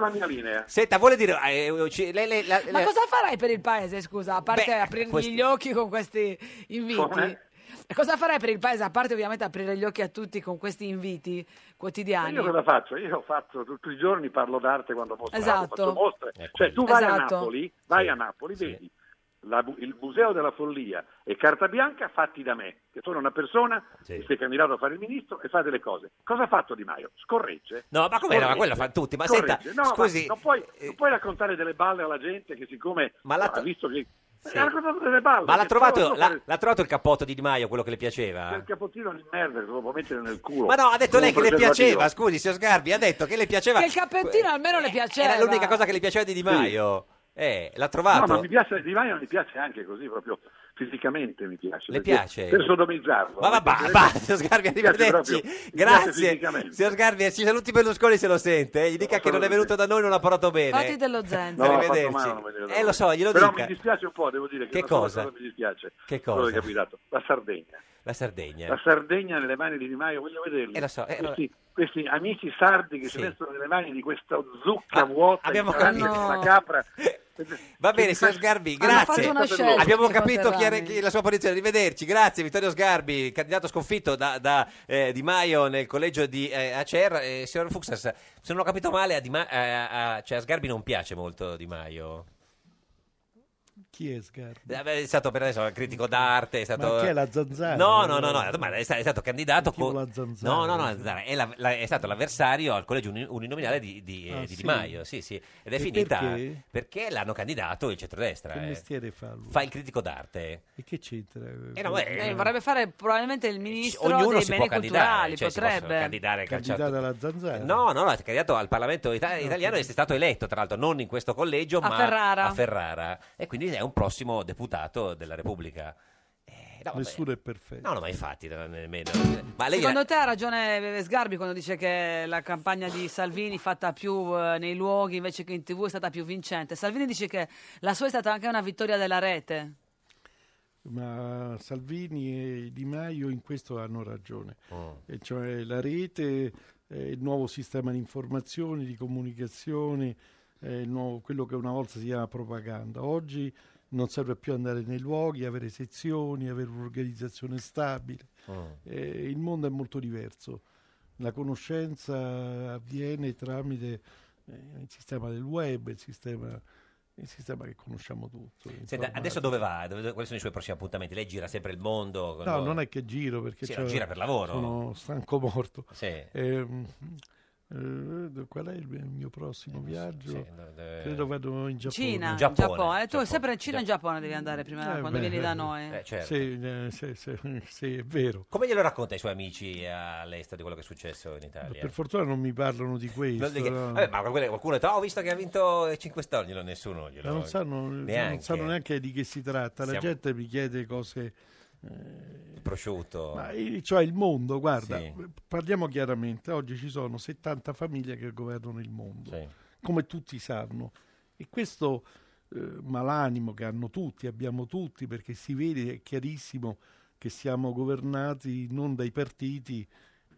chiarissimo. mia linea. Senta, vuole dire... eh, ci- lei- lei- la- Ma la- cosa farai per il paese, scusa? A parte aprirgli questo- gli occhi con questi inviti. Come? Cosa farai per il paese? A parte ovviamente aprire gli occhi a tutti con questi inviti quotidiani. Io cosa faccio? Io ho fatto tutti i giorni parlo d'arte quando mostro, Esatto. faccio mostre. Eh, Cioè tu vai Esatto. a Napoli, vai a Napoli, vedi la- il Museo della Follia e Carta Bianca fatti da me, che sono una persona che si è candidato a fare il ministro e fa delle cose. Cosa ha fatto Di Maio? Scorregge. No, ma com'era? Ma Scorregge. quello fa tutti. Ma Scorregge. senta, No, ma scusi, eh, non, puoi, non puoi raccontare delle balle alla gente che siccome Ma la- ha visto che... Ha raccontato delle balle. ma l'ha che trovato, stava l'ha, solo l'ha trovato il cappotto di Di Maio, quello che le piaceva? Il capotino di merda che lo può mettere nel culo. Ma no, ha detto Con lei un che le preservativo. piaceva, scusi, signor Sgarbi, ha detto che le piaceva. Che il cappettino almeno le piaceva. Cioè, eh, Era l'unica cosa che le piaceva di Di Maio. Eh, l'ha No, trovato. ma mi piace, Di Maio mi piace anche così, proprio fisicamente mi piace. Le perché- piace? Per sodomizzarlo. Ma va, va, va, signor Sgarbi, Mi piace arrivederci. proprio, mi piace Grazie. fisicamente. Signor Sgarbi, ci saluti Berlusconi se lo sente. eh, Gli dica che non è venuto da noi, non ha parlato bene. Fatti dello zen. No, ha fatto Arrivederci. male, non vedevo da Eh, lo so, glielo Però dica. mi dispiace un po', devo dire che, Che una sola cosa? mi dispiace. Che Quello cosa? è capitato. La Sardegna. La Sardegna. La Sardegna nelle mani di Di Maio, voglio vederli. Eh, lo so, eh, questi, questi amici sardi che Sì. Ah, si mettono nelle mani di questa zucca vuota, abbiamo che saranno capito. una capra. Va bene, signor Sgarbi, Hanno fatto grazie. una scelta, Abbiamo signor capito chi era- Terrani. chi- la sua posizione. Arrivederci, grazie Vittorio Sgarbi, candidato sconfitto da, da, eh, Di Maio nel collegio di eh, Acer. Eh, signor Fuxas, se non ho capito male, a, Di Ma- a- a- cioè, a Sgarbi non piace molto Di Maio. Chi è Sgarbi? Eh, beh, È stato per adesso critico d'arte, è stato... Ma che è la zanzara? No, no, no, no, ma è sta- è stato candidato con... la zanzara? No, no, no, la zanzara. È, la- la- è stato l'avversario al collegio uni- uninominale di, di, Ah, di Di sì? Maio, sì, sì. Ed è E finita perché? l'hanno candidato il centrodestra. Che eh. mestiere fa lui? Fa il critico d'arte. E che c'entra? Eh, no, eh, Eh, vorrebbe fare probabilmente il ministro ognuno dei si beni può candidare, culturali, cioè, si potrebbe. possono candidare ai Candidata calciatori. alla zanzara? No, no, no, è candidato al Parlamento ita- italiano ed è stato eletto, tra l'altro, non in questo collegio, A ma Ferrara. a Ferrara. E quindi è un prossimo deputato della Repubblica. Eh, no, vabbè. Nessuno è perfetto. No, no, ma infatti, no, nemmeno. Ma lei Secondo te ha ragione eh, Sgarbi quando dice che la campagna di Salvini fatta più eh, nei luoghi invece che in tv è stata più vincente. Salvini dice che la sua è stata anche una vittoria della rete. Ma Salvini e Di Maio in questo hanno ragione. E eh, cioè la rete, eh, il nuovo sistema di informazioni, di comunicazione, eh, no- quello che una volta si chiama propaganda. Oggi non serve più andare nei luoghi, avere sezioni, avere un'organizzazione stabile. Mm. Eh, il mondo è molto diverso. La conoscenza avviene tramite eh, il sistema del web, il sistema, il sistema che conosciamo tutti. Senta, informatica. adesso dove va? Dove- dove- quali sono i suoi prossimi appuntamenti? Lei gira sempre il mondo? con- No, non è che giro perché Sì, cioè, no, gira per lavoro. Sono stanco morto. Sì. Ehm, eh, qual è il mio Eh, prossimo viaggio? dove- Credo vado in Giappone. Cina, Giappone. Eh, tu sempre in Cina e in Giappone devi andare prima Eh, quando beh, vieni da noi. Eh, certo. Sì, eh, sì, sì, sì, è vero. Come glielo racconta ai suoi amici all'estero di quello che è successo in Italia? Per fortuna non mi parlano di questo. Non dica- no. Vabbè, ma quelle- qualcuno ha detto, "Oh, ho visto che ha vinto eh, 5 Stelle, glielo nessuno glielo Ma Eh, non sanno, neanche. non sanno neanche di che si tratta. La Siamo- gente mi chiede cose. eh, il prosciutto. Ma il- cioè il mondo, guarda, Sì. parliamo chiaramente, oggi ci sono 70 famiglie che governano il mondo, Sì. come tutti sanno. E questo eh, malanimo che hanno tutti, abbiamo tutti, perché si vede, è chiarissimo che siamo governati non dai partiti,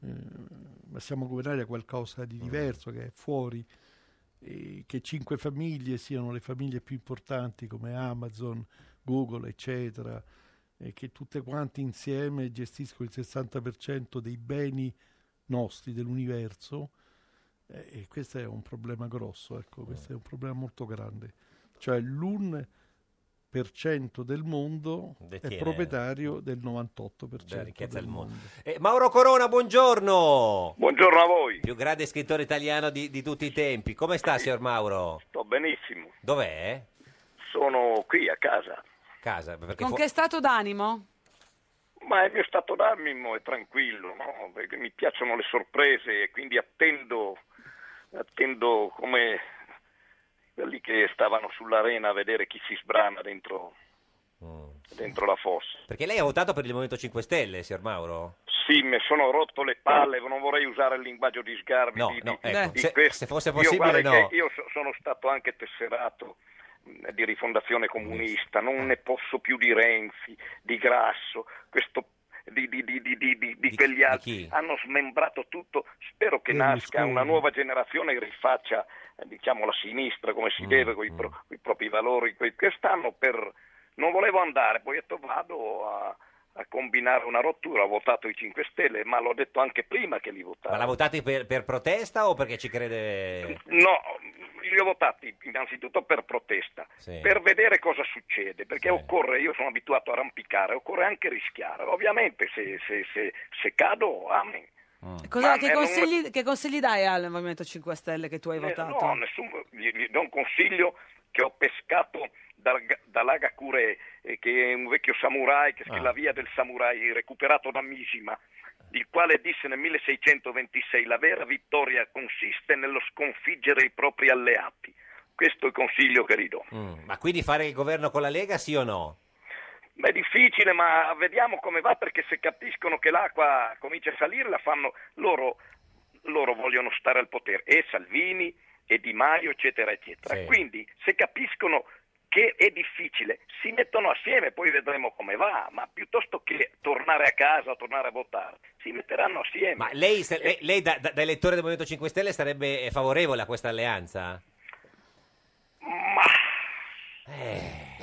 eh, ma siamo governati da qualcosa Mm. di diverso, che è fuori. E che cinque famiglie siano le famiglie più importanti come Amazon, Google, eccetera, e che tutte quante insieme gestiscono il 60% dei beni nostri dell'universo, eh, e questo è un problema grosso, ecco, questo è un problema molto grande. Cioè l'1% del mondo Detiene è proprietario del 98% della ricchezza del mondo. mondo. Eh, Mauro Corona, buongiorno. Buongiorno a voi. Più grande scrittore italiano di, di tutti i tempi. Come sta, signor Mauro? Sto benissimo, Dov'è? sono qui a casa, Casa. Perché Con fu- che stato d'animo? ma il mio stato d'animo è tranquillo, no? Perché mi piacciono le sorprese e quindi attendo, attendo come quelli che stavano sull'arena a vedere chi si sbrana dentro, Mm. dentro la fossa. Perché lei ha votato per il Movimento 5 Stelle, signor Mauro? Sì, mi sono rotto le palle, non vorrei usare il linguaggio di sgarbi. No, di, no, di- ecco, di se- questo. se fosse Io, possibile, guarda no. che Io so- sono stato anche tesserato mh, di rifondazione comunista, non ne posso più di Renzi, di Grasso, questo, di, di- di- di- di- di- di quegli altri. Hanno smembrato tutto, spero che nasca una nuova generazione che rifaccia eh, diciamo, la sinistra come si deve, con i, propri valori. coi- Quest'anno per... non volevo andare, poi ho detto vado a a combinare una rottura, ho votato i 5 Stelle, ma l'ho detto anche prima che li votavo. Ma l'ha votato per, per protesta o perché ci crede? No, li ho votati innanzitutto per protesta, Sì. per vedere cosa succede, perché occorre, io sono abituato a arrampicare, occorre anche rischiare. Ovviamente se, se- se- se cado, amen. Cosa- Ma che, me non- consigli, che consigli dai al Movimento 5 Stelle che tu hai Eh, votato? No, nessuno, gli, gli do un consiglio che ho pescato dal, dall'Aga Kure, eh, che è un vecchio samurai, che è Ah. la via del samurai, recuperato da Mishima, il quale disse nel 1626 la vera vittoria consiste nello sconfiggere i propri alleati. Questo è il consiglio che gli do. Mm, Ma quindi fare il governo con la Lega, sì o no? Ma È difficile, ma vediamo come va perché se capiscono che l'acqua comincia a salire, la fanno loro, loro vogliono stare al potere e Salvini e Di Maio, eccetera, eccetera. Sì. Quindi se capiscono che è difficile, si mettono assieme, poi vedremo come va, ma piuttosto che tornare a casa o tornare a votare, si metteranno assieme. Ma lei, se- lei- lei da, da- da elettore del Movimento 5 Stelle sarebbe favorevole a questa alleanza?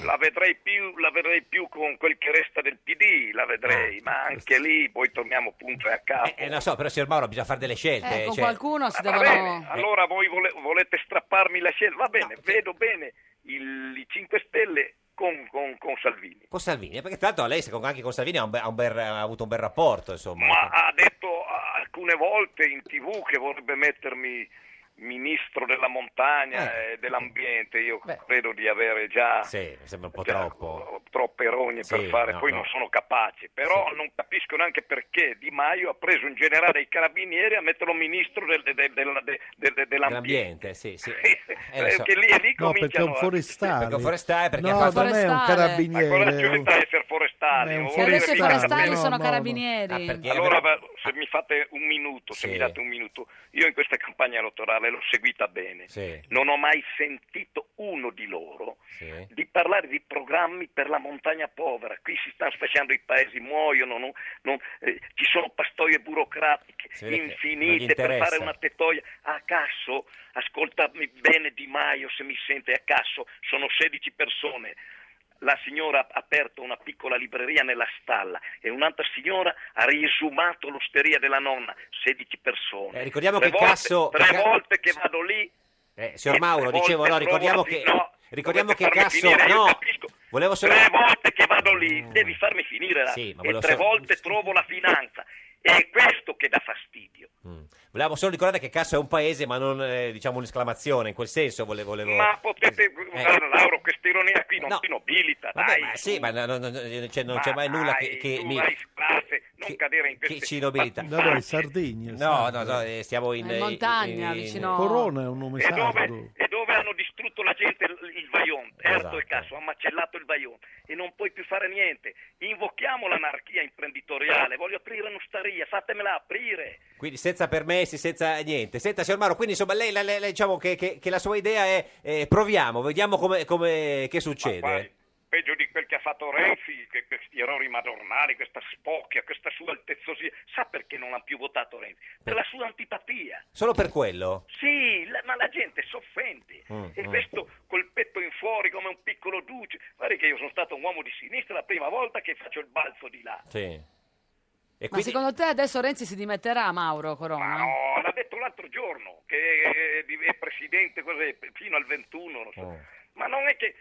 La vedrei più, la vedrei più con quel che resta del PD, la vedrei, ma anche lì poi torniamo punto e a capo. Ah, Eh, non so, però signor Mauro bisogna fare delle scelte. Eh, con cioè- qualcuno si Va devono... bene, allora voi vole- volete strapparmi la scelta? Va bene, vedo bene il- i 5 Stelle con, con- con Salvini. Con Salvini, eh, perché tanto lei se con- anche con Salvini ha, un be- ha un bel- ha avuto un bel rapporto, insomma. Ma ha detto alcune volte in tv che vorrebbe mettermi ministro della montagna e dell'ambiente. Io credo di avere già Sì, mi sembra un po' Già, troppo. ho troppe rogne per Sì, fare, no, poi no. non sono capace, però non capisco neanche perché Di Maio ha preso un generale dei carabinieri a metterlo ministro del- del- del- del- del- dell'ambiente. L'ambiente, sì, sì. Eh, lo so. Perché lì e lì No, perché è cominciano un a- forestale. Perché è un forestale, perché no, ha fatto- non è un Forestale. carabiniere. Ancora è un- essere forestali. È un non forestale. vorrei Adesso i forestali sono No, no, no. carabinieri. Ah, perché- allora, va- se mi fate un minuto, se mi date un minuto, io in questa campagna elettorale l'ho seguita bene. Sì, Non ho mai sentito uno di loro sì. di parlare di programmi per la montagna povera. Qui si stanno sfasciando i paesi, muoiono, non- non- eh, ci sono pastoie burocratiche. Si vede che non gli infinite per interessa. fare una tettoia. A Casso, ascoltami bene Di Maio se mi sente, a Casso sono 16 persone. La signora ha aperto una piccola libreria nella stalla e un'altra signora ha riesumato l'osteria della nonna, 16 persone. Eh, ricordiamo Tre che volte- Casso- Tre Ca- volte che vado lì Eh, signor Mauro, volte dicevo, no, provo ricordiamo a fi- che, no, ricordiamo che dovete farmi Casso... finire, io no, volevo solo... tre volte che vado lì, devi farmi finire la... Eh. Sì, ma e volevo tre solo- volte trovo la finanza. È questo che dà fastidio. Volevamo solo ricordare che Casso è un paese, ma non eh, diciamo un'esclamazione, in quel senso vole- volevo... Ma potete, guarda, Lauro, questa ironia qui non ti nobilita, Eh. Vabbè, dai. ma sì, ma no- no- no- cioè, non Ma c'è mai nulla dai, che, che tu mi- hai classe, non cadere in che ci nobilita. Ah, No, no, in Sardegna. No, no, no, eh, stiamo in... In montagna, vicino- Corona è un nome E dove, sardo. e dove hanno distrutto la gente il il Vaion, Erto e Esatto. Casso, ha macellato il Vaion e non puoi più fare niente. Invochiamo l'anarchia imprenditoriale, voglio aprire un'osteria, fatemela aprire. Quindi senza permessi, senza niente. Senta, signor Mauro, quindi insomma lei, lei- lei- lei, diciamo che, che- che la sua idea è eh, proviamo, vediamo come, come- che succede. peggio di quel che ha fatto Renzi, che questi errori madornali, questa spocchia, questa sua altezzosia. Sa perché non ha più votato Renzi? Per la sua antipatia. Solo per quello. Sì, la- ma la gente si offende. Mm, E mm. questo col petto in fuori come un piccolo duce. Guarda che io sono stato un uomo di sinistra la prima volta che faccio il balzo di là. Sì. Ma secondo te adesso Renzi si dimetterà, Mauro Corona? No, l'ha detto l'altro giorno, che è, è presidente cos'è, fino al 21, non so. Ma non è che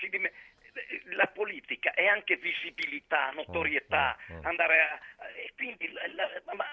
si dime- la politica è anche visibilità, notorietà, andare a... E quindi, la- la- ma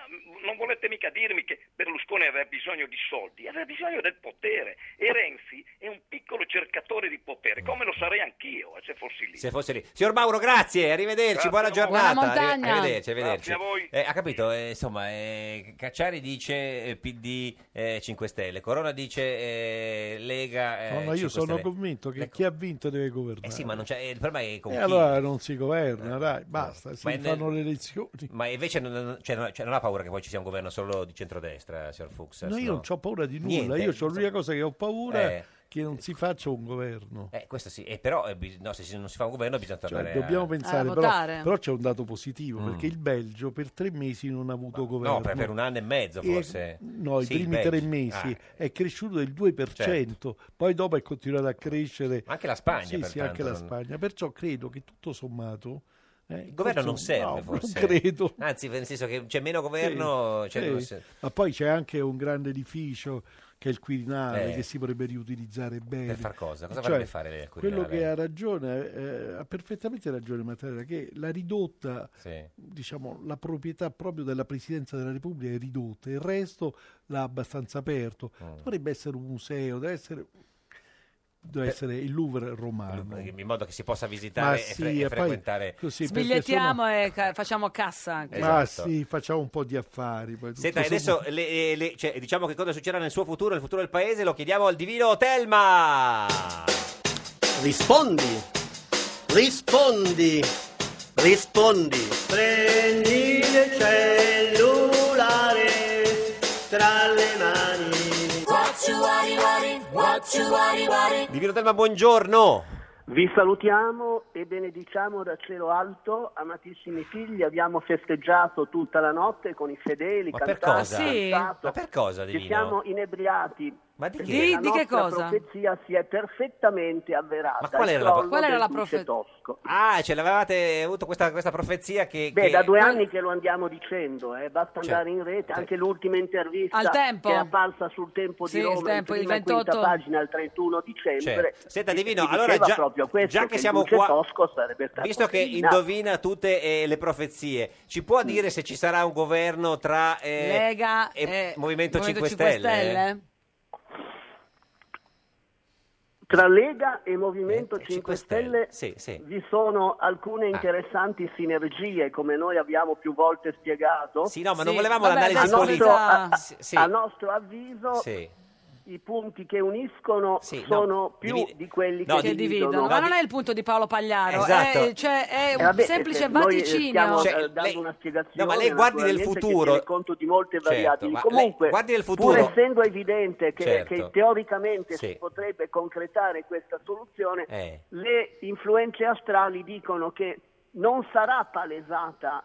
non volete mica dirmi che Berlusconi aveva bisogno di soldi, aveva bisogno del potere e Renzi è un piccolo cercatore di potere, come lo sarei anch'io eh, se fossi lì. Se fosse lì. Signor Mauro, grazie, arrivederci, Grazie buona a voi. giornata. Buona Arri- montagna. Arrivederci, arrivederci. Grazie a voi. Eh, ha capito, eh, insomma, eh, Cacciari dice eh, PD eh, 5 Stelle, Corona dice eh, Lega eh, No, no, 5 io sono Stelle. convinto che chi ha vinto deve governare. Eh sì, ma non c'è, eh, il problema è con E chi. allora non si governa, dai, basta, si Ma è nel- fanno le elezioni. Ma invece non, non- cioè, non- cioè, non ha paura che poi ci sia un governo solo di centrodestra, signor Fuchs? No, io non ho paura di nulla, Niente. io ho l'unica cosa che ho paura Eh. che non si faccia un governo. Eh, questo sì, eh, però eh, bis- no, se si- non si fa un governo bisogna Cioè, tornare a- dobbiamo pensare, a però, votare. però c'è un dato positivo, eh. Mm. perché il Belgio per tre mesi non ha avuto governo. No, per, per un anno e mezzo E- forse. no, Sì, i primi Belgio. tre mesi Ah, Certo. è cresciuto del 2%, poi dopo è continuato a crescere. Anche la Spagna, Sì, sì, pertanto, anche la non- Spagna. Perciò credo che tutto sommato... eh, Il governo non forse- serve no, forse. Non credo. Anzi, nel senso che c'è meno governo... Sì, cioè, sì. non se- Ma poi c'è anche un grande edificio che è il Quirinale Eh. che si potrebbe riutilizzare bene. Per far cosa? Cosa Cioè, vorrebbe fare il Quirinale? Quello che ha ragione, eh, ha perfettamente ragione Mattarella, che la ridotta, Sì. diciamo, la proprietà proprio della Presidenza della Repubblica è ridotta, il resto l'ha abbastanza aperto. Mm. Dovrebbe essere un museo, deve essere, deve essere il Louvre romano. In modo che si possa visitare e, fre- e e poi frequentare... così, perché Sbigliettiamo e ca- facciamo cassa anche. sono- Ma Esatto. sì, facciamo un po' di affari. poi tutto Senta, e sommato- adesso le- le- cioè, diciamo che cosa succederà nel suo futuro, nel futuro del paese, lo chiediamo al divino Telma! Rispondi, rispondi, rispondi. Prendi il cellulare tra le mani. What you worry, worry, what you worry, worry. Divino Telma, buongiorno! Vi salutiamo e benediciamo da cielo alto, amatissimi figli, abbiamo festeggiato tutta la notte con i fedeli, Ma per cantato, Ah, cosa? cantato. Ma per cosa, Ci divino? siamo inebriati. Ma di perché che? Di- La di che nostra cosa? profezia si è perfettamente avverata. Ma qual Il era la- crollo Qual era del la profe- Duce Tosco. Ah, ce l'avevate avuto questa, questa profezia che... Beh, che- da due anni che lo andiamo dicendo, eh, basta Cioè, andare in rete, anche l'ultima intervista Al Tempo? che è apparsa sul tempo Sì, di il Roma, Tempo, in il prima e quinta 28. pagina il 31 dicembre. Certo. Senta, si- Divino, si allora diceva già- proprio questo, già che siamo il Duce qua- Tosco sarebbe stato Visto che eliminato. indovina tutte eh, le profezie, ci Mm. può dire se ci sarà un governo tra eh, Lega e e Movimento 5 Stelle? eh? Tra Lega e Movimento 5 Stelle Sì, Ah. sì. vi sono alcune interessanti sinergie, come noi abbiamo più volte spiegato. Sì, no, ma non Sì. volevamo Vabbè, l'analisi a nostro, politica. a- a- Sì, sì. a nostro avviso Sì. i punti che uniscono Sì, no, sono più divide- di quelli no, che di- dividono. Ma non è il punto di Paolo Pagliaro, Esatto. è, cioè, è un Eh, vabbè, semplice se noi, eh, vaticinio. Stiamo eh, Cioè, dando una spiegazione. no, ma lei guardi del naturalmente, che futuro. tiene conto di molte Certo, variabili. ma Comunque, lei guardi del pur futuro. essendo evidente che, Certo. che teoricamente Sì. si potrebbe concretare questa soluzione, Eh. le influenze astrali dicono che non sarà palesata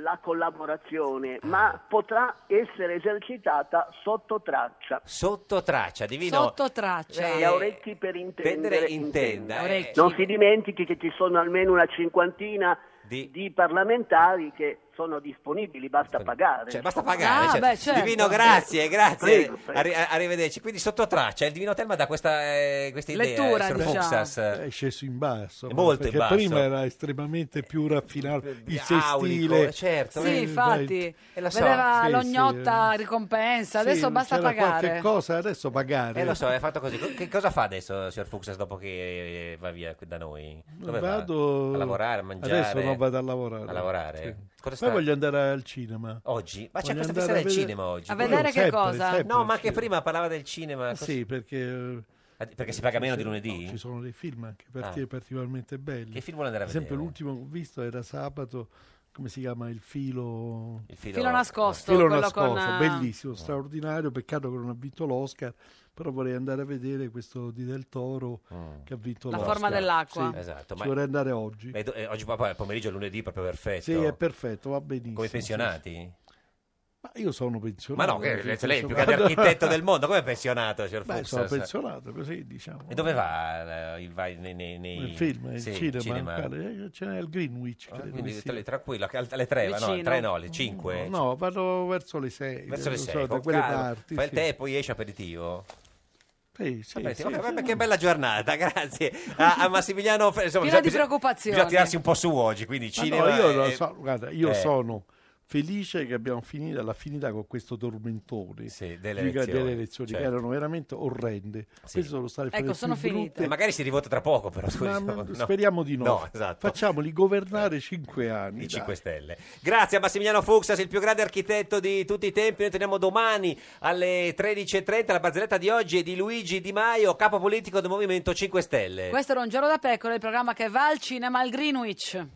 la collaborazione, Ah. ma potrà essere esercitata sotto traccia. Sotto traccia, divino. Sotto traccia. Gli orecchi per Prendere intendere. in tenda. eh. Non si dimentichi che ci sono almeno una cinquantina di, parlamentari che sono disponibili, basta pagare. Cioè, basta Ah, pagare. cioè, certo. Divino, grazie, grazie. Arri- arrivederci. Quindi sotto traccia, il Divino Telma dà questa, eh, questa idea. eh, diciamo. signor Fuxas. È sceso in basso. È molto in perché basso. prima era estremamente più raffinato il aulico, sestile. certo. Sì, Eh, infatti, eh, la so. vedeva Sì, sì, l'ognotta ricompensa, adesso Sì, basta c'era pagare. qualche cosa, adesso pagare. Eh, lo so, è fatto così. Co- Che cosa fa adesso, signor Fuxas, dopo che eh, va via qui da noi? Dove va? Vado A lavorare, a mangiare? Adesso non vado a lavorare. A lavorare? Sì. Cosa Poi sta- voglio andare al cinema. Oggi? Ma c'è questa Voglio andare festa del a vedere- cinema oggi. A vedere che sempre, cosa? sempre No, ma al anche cinema. prima parlava del cinema. Ah, cosa- Sì, perché... Ah, Perché si paga meno di Sì, lunedì? no, ci sono dei film anche parti- Ah. particolarmente belli. Che film vuole andare a Ad vedere? esempio, l'ultimo che ho visto era sabato. Come si chiama il filo? Il filo, Mm. Filo nascosto, Filo quello nascosto, con, eh, bellissimo, straordinario. Peccato che non ha vinto l'Oscar. Però vorrei andare a vedere questo di Del Toro che ha vinto La l'Oscar. forma dell'acqua. Sì, Mm. Esatto, ci ma- vorrei andare oggi. Beh, do- eh, oggi poi- poi pomeriggio è lunedì, proprio perfetto. Sì, è perfetto, va benissimo. Come i sì, sì. pensionati? Ma io sono Ma pensionato. no, che- nel lei, è senso, il più grande vado- architetto del mondo, come è pensionato, signor eh, Beh, Fuxas? sono pensionato, così diciamo. E dove va? eh, Il, vai nei, nei- nei- Il film, il Sì, cinema, quale- eh, ce n'è il Greenwich. Ah, credo quindi che sia. tra- tranquillo, al- alle 3, no, alle Vicino. 3 no, alle 5. No, vado verso le 6. verso le 6. da quelle parti. Fai sì. il tè e poi esci aperitivo. Sì, sì, Vabbè, sì, vabbè, sì. vabbè, che bella giornata, grazie a, a Massimiliano. Fe- Insomma, bisogna- Piena di bisogna- preoccupazioni. Bisogna tirarsi un po' su oggi, quindi Ma cinema. Ah, no, io, lo e- so, guarda, io eh, sono felice che abbiamo finito la finita con questo tormentone delle di- elezioni, elezioni, certo. che erano veramente orrende. Queste sono state fra Ecco, le sono più finite. brutte. Eh, Magari si rivota tra poco, però. scusi, Ma- ma no. Speriamo di no. No, esatto. Facciamoli governare cinque anni. I dai. 5 Stelle. Grazie a Massimiliano Fuxas, il più grande architetto di tutti i tempi. Noi torniamo domani alle 13.30. La barzelletta di oggi è di Luigi Di Maio, capo politico del Movimento 5 Stelle. Questo era un giorno da pecora, il programma che va al cinema al Greenwich.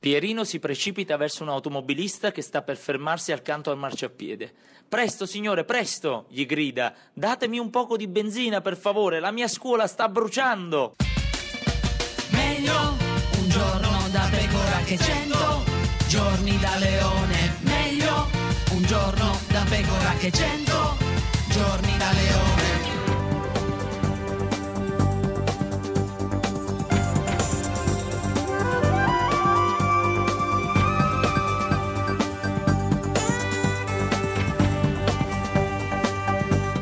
Pierino si precipita verso un automobilista che sta per fermarsi accanto al marciapiede. Presto, signore, presto! gli grida. Datemi un poco di benzina, per favore, la mia scuola sta bruciando! Meglio un giorno da pecora che cento giorni da leone. Meglio un giorno da pecora che cento giorni da leone.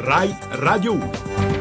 Rai Radio 1.